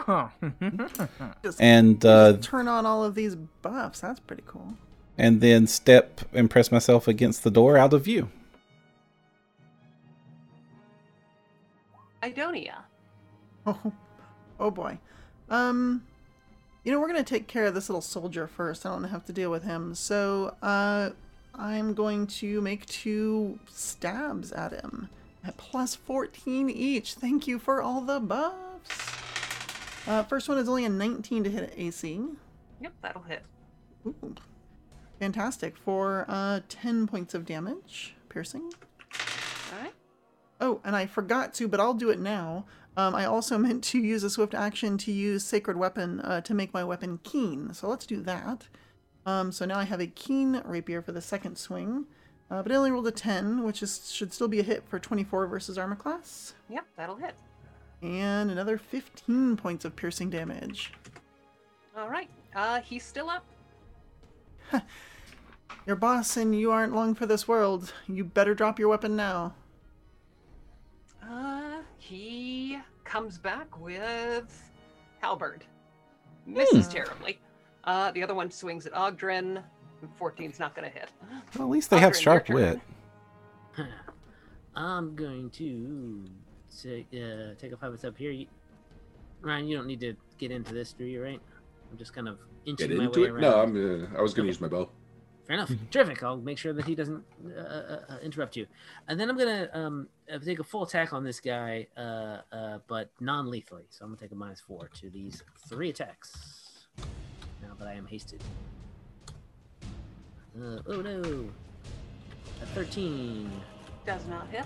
Speaker 1: oh. [laughs]
Speaker 2: [laughs]
Speaker 3: Just
Speaker 7: And uh
Speaker 3: turn on all of these buffs. That's pretty cool.
Speaker 7: and then step and press myself against the door out of view.
Speaker 5: Idonia.
Speaker 3: Oh, [laughs] oh boy. Um, you know, we're going to take care of this little soldier first. I don't have to deal with him. So, uh, I'm going to make two stabs at him at plus 14 each. Thank you for all the buffs. Uh, first one is only a 19 to hit AC.
Speaker 5: Yep, that'll hit.
Speaker 3: Ooh. Fantastic. For uh, 10 points of damage, piercing.
Speaker 5: All right.
Speaker 3: Oh, and I forgot to, but I'll do it now. Um, I also [laughs] meant to use a swift action to use Sacred Weapon uh, to make my weapon keen. So let's do that. Um, so now I have a keen rapier for the second swing, uh, but I only rolled a 10, which is should still be a hit for 24 versus armor class,
Speaker 5: Yep, that'll hit.
Speaker 3: and another 15 points of piercing damage.
Speaker 5: All right. Uh, he's still up.
Speaker 3: Your boss and you aren't long for this world. You better drop your weapon now.
Speaker 5: Uh, he comes back with halberd.
Speaker 8: Hmm.
Speaker 5: Misses terribly. Uh, the other one swings at Ogdrin. 14's not going to hit. [gasps]
Speaker 7: Well, at least they have
Speaker 5: Ogdrin, your
Speaker 7: sharp
Speaker 5: turn.
Speaker 7: wit.
Speaker 8: [laughs] I'm going to take, uh, take a five up here. You, Ryan, you don't need to get into this, do you? Right? I'm just kind of inching
Speaker 2: Get
Speaker 8: my
Speaker 2: into
Speaker 8: way
Speaker 2: it?
Speaker 8: around.
Speaker 2: No, I'm. Uh, I was gonna use my bow.
Speaker 8: Fair enough. Terrific. I'll make sure that he doesn't uh, uh, uh, interrupt you. And then I'm gonna um, uh, take a full attack on this guy, uh, uh, but non-lethally. So I'm gonna take a minus four to these three attacks. Now that I am hasted. Uh, oh no! A thirteen.
Speaker 5: Does not hit.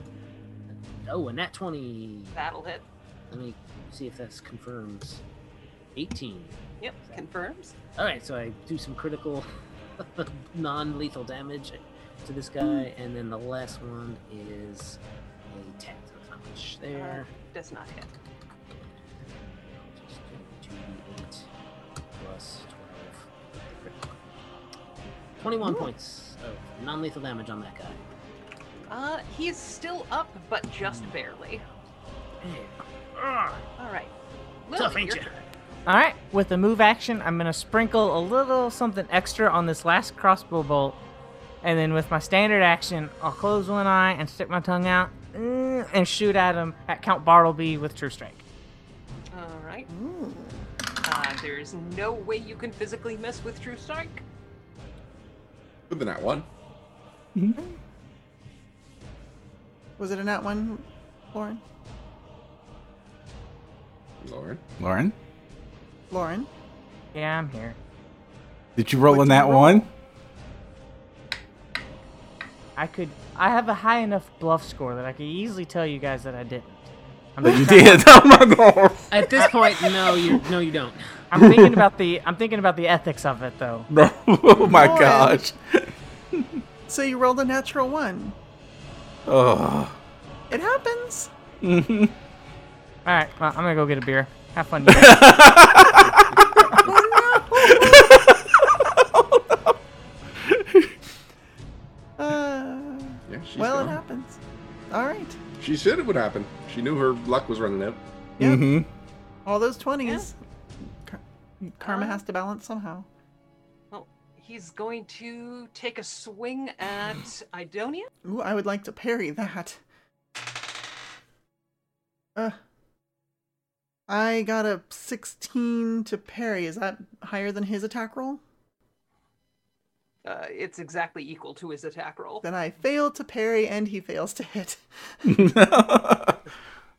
Speaker 8: Oh, a nat twenty.
Speaker 5: That'll hit.
Speaker 8: Let me see if that's confirms. Eighteen.
Speaker 5: Yep, confirms.
Speaker 8: All right, so I do some critical, [laughs] non-lethal damage to this guy, and then the last one is a ten. So it's not much there.
Speaker 5: Uh, Does not hit.
Speaker 8: Just do two d eight plus twelve. Critical. Twenty-one points of non-lethal damage on that guy.
Speaker 5: Uh, he's still up, but just barely.
Speaker 8: Hey,
Speaker 5: All right. Lily,
Speaker 8: tough, ain't
Speaker 5: your
Speaker 8: ya?
Speaker 5: turn.
Speaker 1: All right, with a move action, I'm gonna sprinkle a little something extra on this last crossbow bolt, and then with my standard action, I'll close one eye and stick my tongue out mm, and shoot at him at Count Bartleby with True Strike.
Speaker 5: All right.
Speaker 8: Hmm.
Speaker 3: Ooh.
Speaker 5: Uh, there's no way you can physically mess with True Strike.
Speaker 2: Good than that one.
Speaker 7: Mm-hmm.
Speaker 3: Was it a nat one, Lauren?
Speaker 2: Lauren.
Speaker 7: Lauren,
Speaker 3: Lauren?
Speaker 1: Yeah, I'm here.
Speaker 7: did you roll
Speaker 3: What
Speaker 7: in
Speaker 3: did you
Speaker 7: that
Speaker 3: roll?
Speaker 7: one?
Speaker 1: I could, I have a high enough bluff score that I could easily tell you guys that I didn't. I'm
Speaker 7: But [laughs] you
Speaker 1: just trying-
Speaker 7: did. Oh my god.
Speaker 8: At this
Speaker 1: [laughs]
Speaker 8: point, no, you no, you don't.
Speaker 1: I'm thinking about the, I'm thinking about the ethics of it though.
Speaker 7: No. [laughs] Oh my
Speaker 3: Lauren.
Speaker 7: gosh.
Speaker 3: So you rolled a natural one.
Speaker 7: Oh.
Speaker 3: It happens.
Speaker 1: All right, well, I'm gonna go get a beer. Have fun. You
Speaker 7: [laughs]
Speaker 1: guys.
Speaker 3: Uh,
Speaker 2: Yeah, she's
Speaker 3: well, it
Speaker 2: gone.
Speaker 3: happens. All right.
Speaker 2: She said it would happen. She knew her luck was running out.
Speaker 3: Yeah.
Speaker 7: hmm
Speaker 3: All those 20s. Kar- Karma
Speaker 5: Um,
Speaker 3: has to balance somehow.
Speaker 5: Well, he's going to take a swing at Idonia.
Speaker 3: Ooh, I would like to parry that. Uh, I got a 16 to parry. Is that higher than his attack roll?
Speaker 5: Uh, it's exactly equal to his attack roll.
Speaker 3: Then I fail to parry and he fails to
Speaker 7: [laughs]
Speaker 3: hit.
Speaker 7: oh.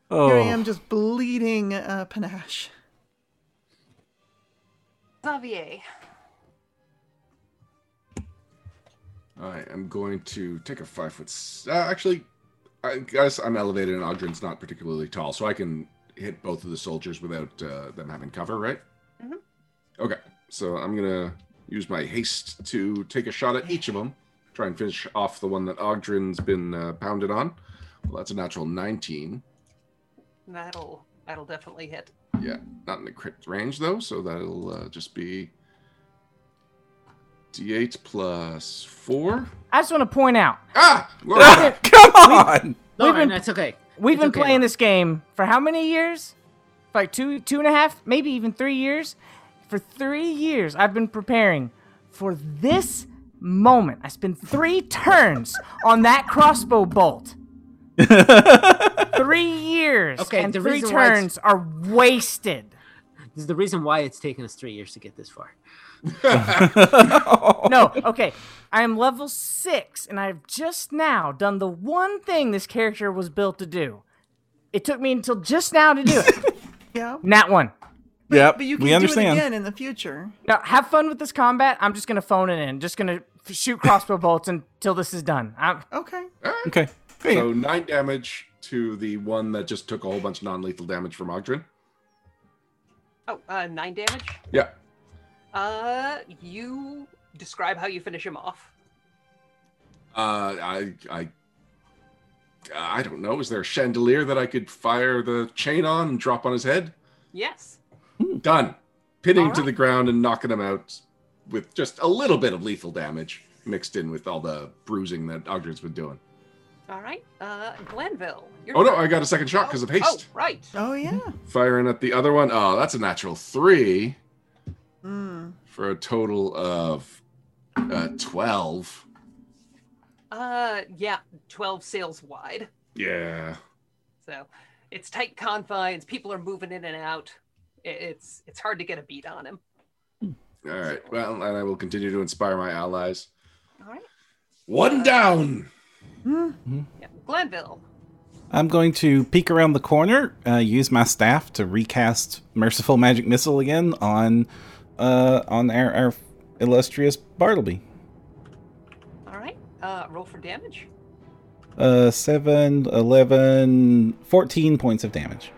Speaker 3: Here I am just bleeding uh, panache.
Speaker 5: Xavier.
Speaker 2: I am going to take a five foot. s- Uh, actually, I guess I'm elevated and Ogden's not particularly tall, so I can hit both of the soldiers without uh, them having cover, right?
Speaker 3: Mm-hmm.
Speaker 5: Mhm.
Speaker 2: Okay, so I'm gonna use my haste to take a shot at each of them. Try and finish off the one that Ogden's been uh, pounded on. Well, that's a natural 19.
Speaker 5: That'll that'll definitely hit.
Speaker 2: Yeah, not in the crit range though, so that'll uh, just be d8 plus four.
Speaker 1: I just want to point out
Speaker 2: Ah! Well,
Speaker 7: Come on.
Speaker 8: No,
Speaker 1: been-
Speaker 8: that's okay.
Speaker 1: We've
Speaker 8: It's
Speaker 1: been
Speaker 8: okay,
Speaker 1: playing
Speaker 8: Lauren.
Speaker 1: this game for how many years? Like two, two and a half, maybe even three years. For three years, I've been preparing for this moment. I spent three turns on that crossbow bolt. three years.
Speaker 8: Okay,
Speaker 1: and
Speaker 8: the
Speaker 1: three
Speaker 8: reason why it's-
Speaker 1: turns are wasted.
Speaker 8: This is the reason why it's taken us three years to get this far.
Speaker 1: No, okay. I am level six, and I've just now done the one thing this character was built to do. It took me until just now to do
Speaker 8: [laughs]
Speaker 1: it.
Speaker 3: Yeah.
Speaker 1: Not one.
Speaker 7: yep.
Speaker 3: But you can
Speaker 7: we understand.
Speaker 3: do it again in the future.
Speaker 1: Now, have fun with this combat. I'm just gonna phone it in. Just gonna f- shoot crossbow bolts until this is done. I'm,
Speaker 3: Okay.
Speaker 7: Okay. Great.
Speaker 2: So nine damage, to the one that just took a whole bunch of non-lethal damage from Ogdrin?
Speaker 5: Oh, uh, nine damage.
Speaker 2: Yeah.
Speaker 5: Uh, you describe how you finish him off.
Speaker 2: Uh, I, I, I don't know. Is there a chandelier that I could fire the chain on and drop on his head?
Speaker 5: Yes.
Speaker 2: Done. Pinning
Speaker 5: All
Speaker 2: to
Speaker 5: right.
Speaker 2: the ground and knocking him out with just a little bit of lethal damage mixed in with all the bruising that Ogden's been doing.
Speaker 5: All right. Uh, Glenville. You're
Speaker 2: Oh no, I got a second shot because of haste.
Speaker 5: Oh, right.
Speaker 3: Oh yeah.
Speaker 2: Firing at the other one. Oh, that's a natural three
Speaker 3: Mm.
Speaker 2: for a total of uh, 12.
Speaker 5: Uh, yeah, 12 sails wide.
Speaker 2: Yeah.
Speaker 5: So it's tight confines. People are moving in and out. I- It's it's hard to get a beat on him.
Speaker 2: All right. Well, and I will continue to inspire my allies.
Speaker 5: All right.
Speaker 2: One down.
Speaker 3: Mm.
Speaker 5: Yeah. Glenville.
Speaker 7: I'm going to peek around the corner, uh, use my staff to recast Merciful Magic Missile again on uh, on our, our illustrious Bartleby.
Speaker 5: All right. Uh, roll for damage.
Speaker 7: Uh, 7, 11, 14 points of damage.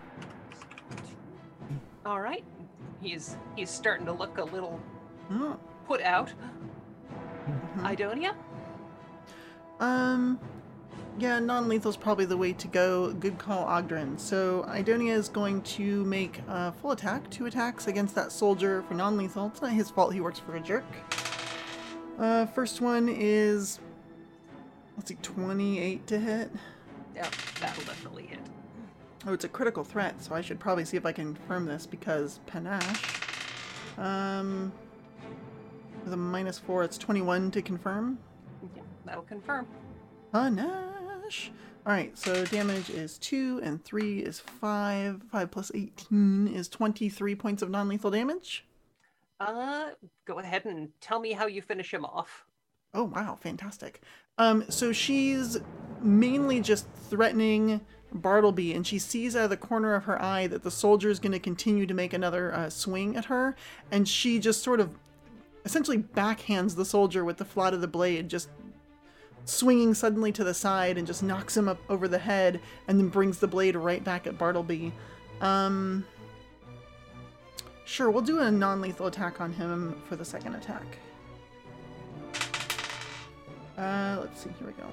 Speaker 5: All right. He's he's starting to look a little
Speaker 3: Mm.
Speaker 5: put out. Idonia.
Speaker 3: Um, yeah, non-lethal is probably the way to go. Good call, Ogdrin. So Idonia is going to make a full attack, two attacks against that soldier for non-lethal. It's not his fault. He works for a jerk. Uh, first one is let's see, twenty-eight to hit.
Speaker 5: Yeah, Oh, that'll definitely hit.
Speaker 3: Oh, it's a critical threat, so I should probably see if I can confirm this because panache. Um, with a minus four, it's twenty-one to confirm.
Speaker 5: Yeah, that'll confirm.
Speaker 3: Panache. All right, so damage is two and three is five. Five plus eighteen is twenty-three points of non-lethal damage.
Speaker 5: Uh, go ahead and tell me how you finish him off.
Speaker 3: Oh wow, fantastic. Um, so she's mainly just threatening Bartleby, and she sees out of the corner of her eye that the soldier's going to continue to make another uh, swing at her, and she just sort of essentially backhands the soldier with the flat of the blade, just swinging suddenly to the side and just knocks him up over the head, and then brings the blade right back at Bartleby. Um, sure, we'll do a non-lethal attack on him for the second attack. Uh, let's see. Here we go.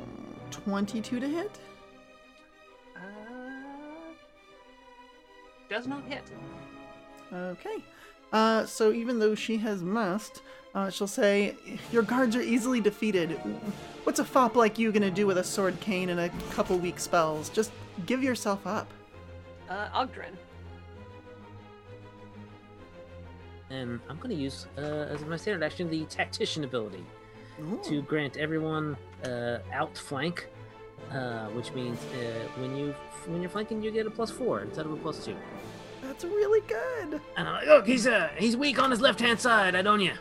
Speaker 3: Twenty-two to hit.
Speaker 5: Uh, does not hit.
Speaker 3: Okay. Uh, so even though she has missed, uh, she'll say, "Your guards are easily defeated. What's a fop like you gonna do with a sword cane and a couple weak spells? Just give yourself up."
Speaker 5: Uh, Ogdrin.
Speaker 8: And I'm going to use, uh, as my standard action, the tactician ability to grant everyone uh, outflank, uh, which means uh, when you when you're flanking, you get a plus four instead of a plus two.
Speaker 3: That's really good.
Speaker 8: And I'm like, look, he's uh, he's weak on his left hand side, Idonia.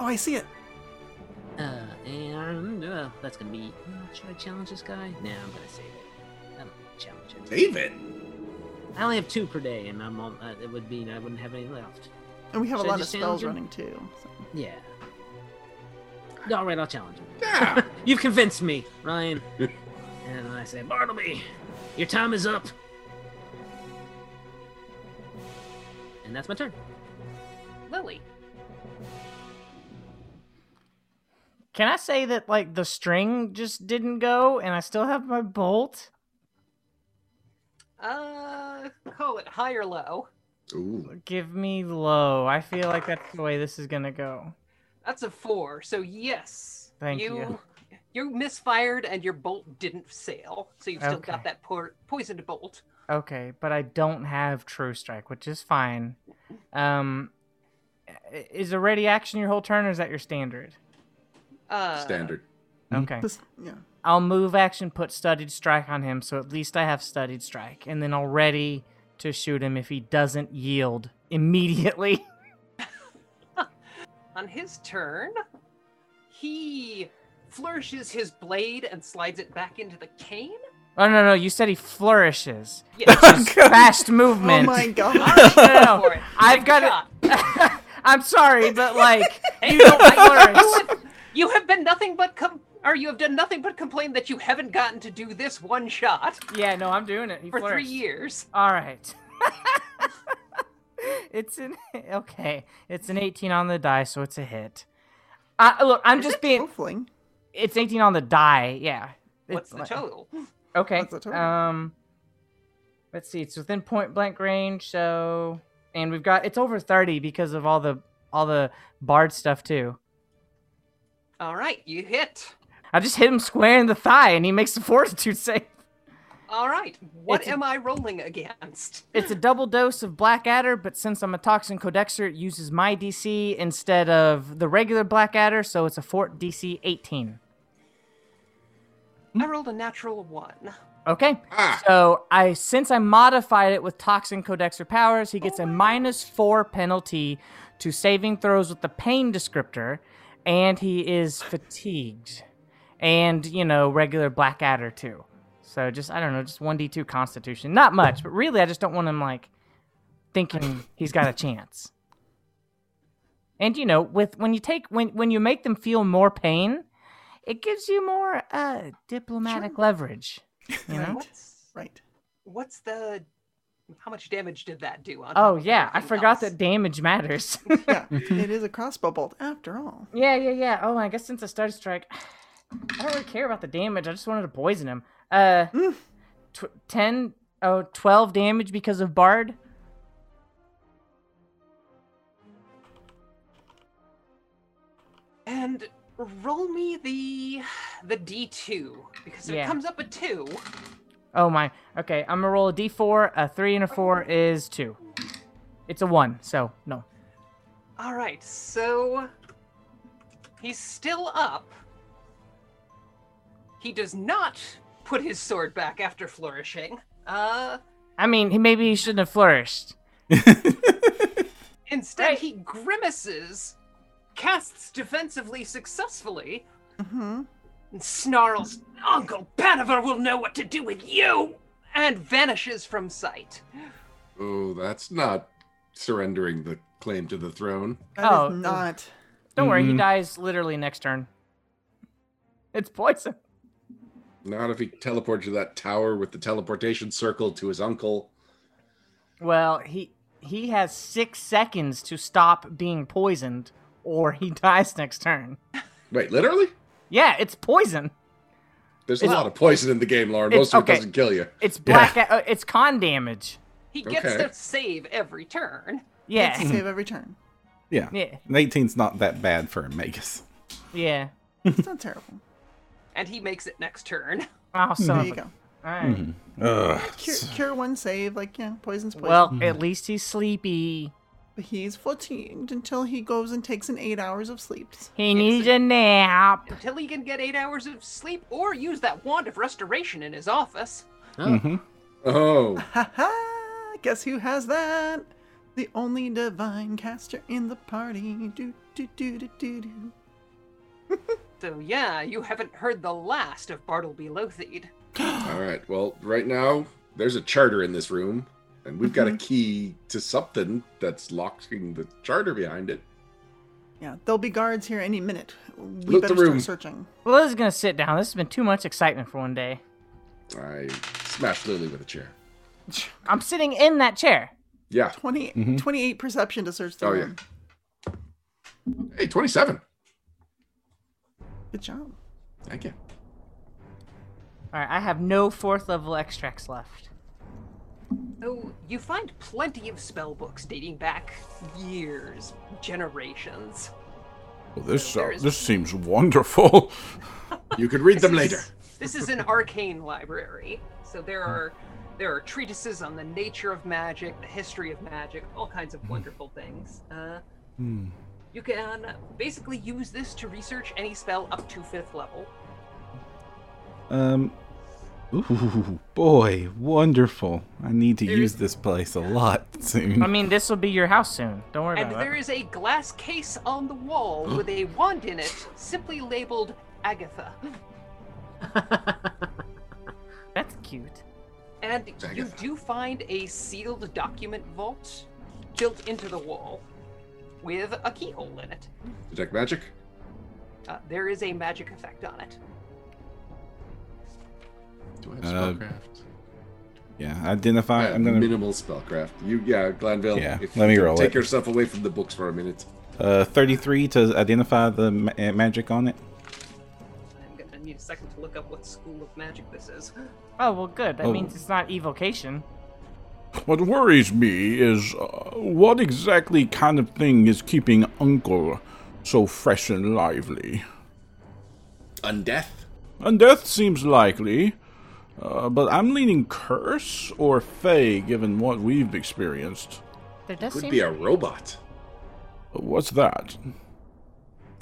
Speaker 3: Oh, I see it.
Speaker 8: Uh, and uh, that's gonna be. uh, Should I challenge this guy? No, I'm gonna save it. I'm gonna challenge him.
Speaker 2: David.
Speaker 8: I only have two per day, and I'm on. Uh, it would mean I wouldn't have any left.
Speaker 3: And we have
Speaker 8: Should
Speaker 3: a
Speaker 8: I
Speaker 3: lot of
Speaker 8: just
Speaker 3: spells
Speaker 8: challenge him?
Speaker 3: running too. so-
Speaker 8: Yeah. All right, I'll challenge him.
Speaker 2: Yeah.
Speaker 8: [laughs] You've convinced me, Ryan. [laughs] and I say, Bartleby, your time is up. And that's my turn.
Speaker 5: Lily.
Speaker 1: Can I say that like the string just didn't go and I still have my bolt?
Speaker 5: Uh, call it high or low.
Speaker 2: Ooh.
Speaker 1: Give me low. I feel like that's the way this is gonna go.
Speaker 5: That's a four. So yes,
Speaker 1: Thank
Speaker 5: you. You misfired and your bolt didn't sail, so you've still
Speaker 1: Okay.
Speaker 5: got that por- poisoned bolt.
Speaker 1: Okay, but I don't have True Strike, which is fine. Um, i- is a ready action your whole turn, or is that your standard?
Speaker 5: Uh,
Speaker 2: Standard.
Speaker 7: Mhm.
Speaker 1: Okay,
Speaker 3: This- yeah.
Speaker 1: I'll move action, put Studied Strike on him, so at least I have Studied Strike, and then I'll ready to shoot him if he doesn't yield [laughs] immediately. [laughs]
Speaker 5: On his turn, he flourishes his blade and slides it back into the cane.
Speaker 1: [laughs] oh no, no, you said he
Speaker 3: [laughs]
Speaker 1: flourishes.
Speaker 5: Yes,
Speaker 1: Fast
Speaker 3: Oh
Speaker 1: movement. [laughs]
Speaker 3: my
Speaker 5: All
Speaker 3: god.
Speaker 5: right,
Speaker 1: No, no,
Speaker 5: [laughs] go
Speaker 1: no.
Speaker 5: for it.
Speaker 1: I've
Speaker 5: Take a
Speaker 1: got it-
Speaker 5: shot.
Speaker 1: [laughs] I'm sorry, but like
Speaker 5: [laughs] Hey,
Speaker 1: you don't
Speaker 5: I-
Speaker 1: flourish.
Speaker 5: You have been nothing but com- Or you have done nothing but complain that you haven't gotten to do this one shot
Speaker 1: Yeah, no, I'm doing it. He
Speaker 5: for three
Speaker 1: flourished.
Speaker 5: years.
Speaker 1: All right. [laughs] it's an [laughs] okay. It's an 18 on the die, so it's a hit. Uh, look, I'm just being.
Speaker 3: Hopefully.
Speaker 1: It's 18 on the die. Yeah. It's
Speaker 5: What's the
Speaker 1: like-
Speaker 5: total?
Speaker 1: Okay.
Speaker 3: What's the total?
Speaker 1: Um, let's see. It's within point blank range, so and we've got it's over 30 because of all the all the bard stuff too.
Speaker 5: All right, you hit.
Speaker 1: I just hit him square in the thigh, and he makes the fortitude save.
Speaker 5: All right, what
Speaker 1: It's a-
Speaker 5: am I rolling against?
Speaker 1: It's a double dose of Blackadder, but since I'm a toxin codexer, it uses my DC instead of the regular Blackadder, so it's a fort DC 18. Hmm?
Speaker 5: I rolled a natural one.
Speaker 1: Okay.
Speaker 2: Ah.
Speaker 1: So I since I modified it with toxin codexer powers, he gets a minus four penalty to saving throws with the pain descriptor, and he is fatigued, and you know regular blackadder too. So just I don't know, just one d two constitution. Not much, but really I just don't want him like thinking he's got a chance. And you know, with when you take when when you make them feel more pain, it gives you more uh diplomatic leverage. [laughs] You know?
Speaker 5: What's,
Speaker 3: Right.
Speaker 5: what's the. How much damage did that do on top
Speaker 1: Oh
Speaker 5: of
Speaker 1: yeah, I
Speaker 5: everything
Speaker 1: forgot
Speaker 5: else?
Speaker 1: that damage matters. [laughs]
Speaker 3: Yeah. it is a crossbow bolt after all.
Speaker 1: yeah, yeah, yeah. Oh, I guess since I started strike, [sighs] I don't really care about the damage. I just wanted to poison him. [sighs] Uh, tw- 10, oh, 12 damage because of Bard.
Speaker 5: And roll me the the d2 because if
Speaker 1: Yeah.
Speaker 5: it comes up a two.
Speaker 1: Oh my. Okay, I'm gonna roll a d4. A three and a four is two. It's a one, so no.
Speaker 5: All right, so he's still up. He does not put his sword back after flourishing. Uh,
Speaker 1: I mean, he maybe he shouldn't have flourished.
Speaker 5: instead,
Speaker 1: Right.
Speaker 5: he grimaces, casts defensively successfully,
Speaker 3: Mm-hmm.
Speaker 5: and snarls, "Uncle Panover will know what to do with you," and vanishes from sight.
Speaker 2: Oh, that's not surrendering the claim to the throne.
Speaker 3: That
Speaker 1: Oh,
Speaker 3: is
Speaker 1: oof.
Speaker 3: not.
Speaker 1: Don't worry, he
Speaker 7: Mhm.
Speaker 1: dies literally next turn. It's poison.
Speaker 2: Not if he teleported to that tower with the teleportation circle to his uncle.
Speaker 1: Well, he he has six seconds to stop being poisoned, or he [laughs] dies next turn.
Speaker 2: Wait, literally?
Speaker 1: Yeah, it's poison.
Speaker 2: There's a lot of poison in the game, Lauren.
Speaker 1: it's-
Speaker 2: Most of
Speaker 1: okay.
Speaker 2: it doesn't kill you.
Speaker 1: It's black. uh, it's con damage.
Speaker 5: He gets
Speaker 2: Okay.
Speaker 5: to save every turn.
Speaker 1: Yeah,
Speaker 3: It's save every turn.
Speaker 7: Yeah.
Speaker 1: yeah,
Speaker 7: An 18's not that bad for a Magus.
Speaker 1: [laughs] yeah.
Speaker 3: It's not terrible.
Speaker 5: and he makes it next turn. [laughs]
Speaker 1: Oh, son
Speaker 3: There
Speaker 1: of
Speaker 3: you
Speaker 1: a-
Speaker 3: go. Mm-hmm.
Speaker 1: All right.
Speaker 7: Ugh.
Speaker 3: Cure, cure one save, like yeah, poison's poison.
Speaker 1: Well, at least he's sleepy.
Speaker 3: But he's fatigued until he goes and takes an eight hours of sleep.
Speaker 1: He needs a nap.
Speaker 5: Until he can get eight hours of sleep or use that wand of restoration in his office.
Speaker 2: Oh,
Speaker 3: Ha ha! Guess who has that? The only divine caster in the party. Do do do do do do.
Speaker 5: So, yeah, you haven't heard the last of Bartleby Lothied.
Speaker 2: all right. Well, right now there's a charter in this room, and we've
Speaker 5: Mm-hmm.
Speaker 2: got a key to something that's locking the charter behind it.
Speaker 3: Yeah, there'll be guards here any minute. We
Speaker 2: Loot the
Speaker 3: better
Speaker 2: room.
Speaker 3: start searching.
Speaker 1: Well, this is gonna sit down. This has been too much excitement for one day.
Speaker 2: I smashed Lily with a chair.
Speaker 1: I'm sitting in that chair.
Speaker 2: Yeah.
Speaker 3: 20, 28 perception to search the
Speaker 2: Mm-hmm. Oh, yeah.
Speaker 3: room.
Speaker 2: Hey, 27.
Speaker 3: Good job.
Speaker 2: Thank you.
Speaker 1: All right, I have no fourth level extracts left.
Speaker 5: So, you find plenty of spell books dating back years, generations.
Speaker 6: Well, this
Speaker 5: There
Speaker 6: sounds
Speaker 5: is-
Speaker 6: this seems wonderful.
Speaker 2: You could read them
Speaker 5: [laughs] This
Speaker 2: later.
Speaker 5: is- this is an arcane library. So there are there are treatises on the nature of magic, the history of magic, all kinds
Speaker 2: Hmm.
Speaker 5: of wonderful things. Uh, You can basically use this to research any spell up to fifth level.
Speaker 7: Um. Ooh, boy, wonderful. I need to
Speaker 5: There
Speaker 7: use
Speaker 5: is-
Speaker 7: this place a lot soon.
Speaker 1: I mean, this will be your house soon. Don't worry
Speaker 5: And
Speaker 1: about
Speaker 5: there
Speaker 1: it.
Speaker 5: is a glass case on the
Speaker 8: [gasps]
Speaker 5: wall with a wand in it, simply labeled Agatha.
Speaker 1: That's cute.
Speaker 5: And you
Speaker 2: Agatha.
Speaker 5: do find a sealed document vault built into the wall with a keyhole in it.
Speaker 2: Detect magic.
Speaker 5: Uh, there is a magic effect on it.
Speaker 2: Do I have
Speaker 7: Uh,
Speaker 2: spellcraft?
Speaker 7: Yeah, identify.
Speaker 2: Uh,
Speaker 7: I'm gonna
Speaker 2: minimal spellcraft. You, yeah, Glanville.
Speaker 7: Yeah,
Speaker 2: if
Speaker 7: let me
Speaker 2: you could
Speaker 7: roll
Speaker 2: Take
Speaker 7: it.
Speaker 2: yourself away from the books for a minute.
Speaker 7: uh 33 to identify the ma- uh, magic on it.
Speaker 5: I'm gonna need a second to look up what school of magic this is.
Speaker 1: Oh well, good. That means
Speaker 7: Oh.
Speaker 1: it's not evocation.
Speaker 6: What worries me is uh, what exactly kind of thing is keeping Uncle so fresh and lively.
Speaker 2: Undeath.
Speaker 6: Undeath seems likely, uh, but I'm leaning curse or fey given what we've experienced.
Speaker 1: There does
Speaker 2: Could
Speaker 1: seem
Speaker 2: be a robot.
Speaker 6: What's that?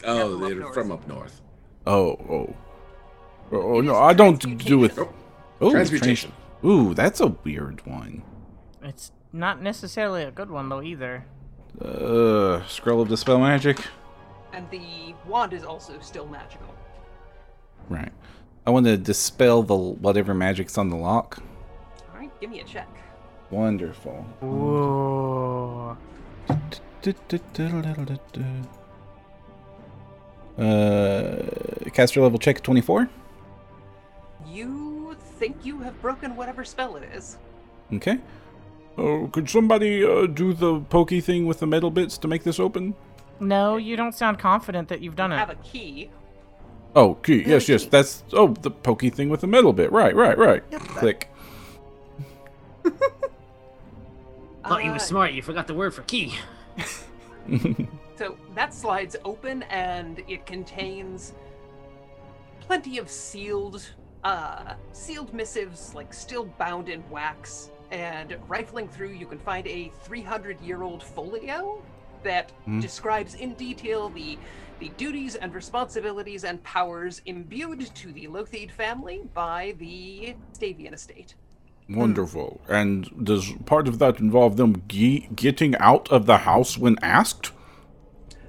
Speaker 2: Oh,
Speaker 5: from up
Speaker 2: they're
Speaker 5: north.
Speaker 2: from up north.
Speaker 6: Oh, oh. Oh, no, I don't do with.
Speaker 2: Oh,
Speaker 7: Ooh,
Speaker 2: transmutation.
Speaker 7: trans- Ooh, that's a weird one.
Speaker 1: It's not necessarily a good one though either.
Speaker 7: Uh, scroll of dispel magic.
Speaker 5: And the wand is also still magical.
Speaker 7: Right. I want to dispel the whatever magic's on the lock.
Speaker 5: All right, give me a check.
Speaker 7: Wonderful.
Speaker 1: Ooh.
Speaker 7: Uh, caster level check 24.
Speaker 5: You think you have broken whatever spell it is?
Speaker 7: Okay.
Speaker 6: Oh, could somebody uh, do the pokey thing with the metal bits to make this open?
Speaker 1: No, you don't sound confident that you've done it.
Speaker 5: Have a key.
Speaker 6: Oh, key. Yes, yes. That's oh, the pokey thing with the metal bit. Right, right, right.
Speaker 7: Click.
Speaker 8: Thought Oh, you
Speaker 5: Uh,
Speaker 8: were smart. You forgot the word for key.
Speaker 5: So that slides open and it contains plenty of sealed uh sealed missives like still bound in wax and rifling through you can find a 300 year old folio that describes in detail the the duties and responsibilities and powers imbued to the Lothied family by the Stavian estate.
Speaker 6: Wonderful. And does part of that involve them ge- getting out of the house when asked?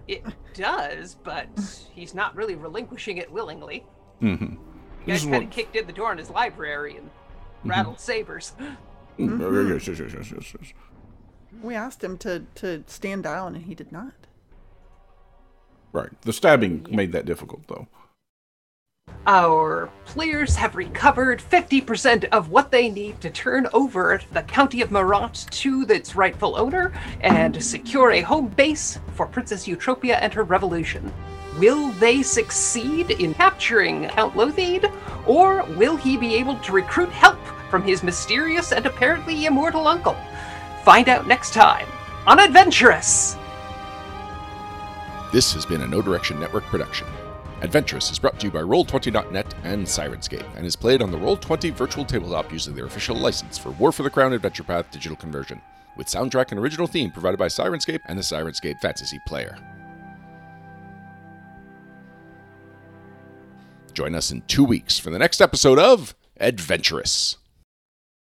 Speaker 5: It does, but he's not really relinquishing it willingly.
Speaker 7: Mm-hmm.
Speaker 5: You guys
Speaker 6: is
Speaker 5: kind of
Speaker 6: what-
Speaker 5: kicked in the door in his library and rattled sabers.
Speaker 6: Mm, uh, Yes, yes, yes, yes, yes, yes.
Speaker 3: We asked him to, to stand down, and he did not.
Speaker 6: Right. The stabbing made that difficult, though.
Speaker 5: Our players have recovered 50% of what they need to turn over the county of Marat to its rightful owner and secure a home base for Princess Eutropia and her revolution. Will they succeed in capturing Count Lothied, or will he be able to recruit help from his mysterious and apparently immortal uncle? Find out next time on Adventurous!
Speaker 4: This has been a No Direction Network production. Adventurous is brought to you by Roll20.net and Sirenscape, and is played on the Roll20 virtual tabletop using their official license for War for the Crown Adventure Path digital conversion, with soundtrack and original theme provided by Sirenscape and the Sirenscape Fantasy Player. Join us in two weeks for the next episode of Adventurous.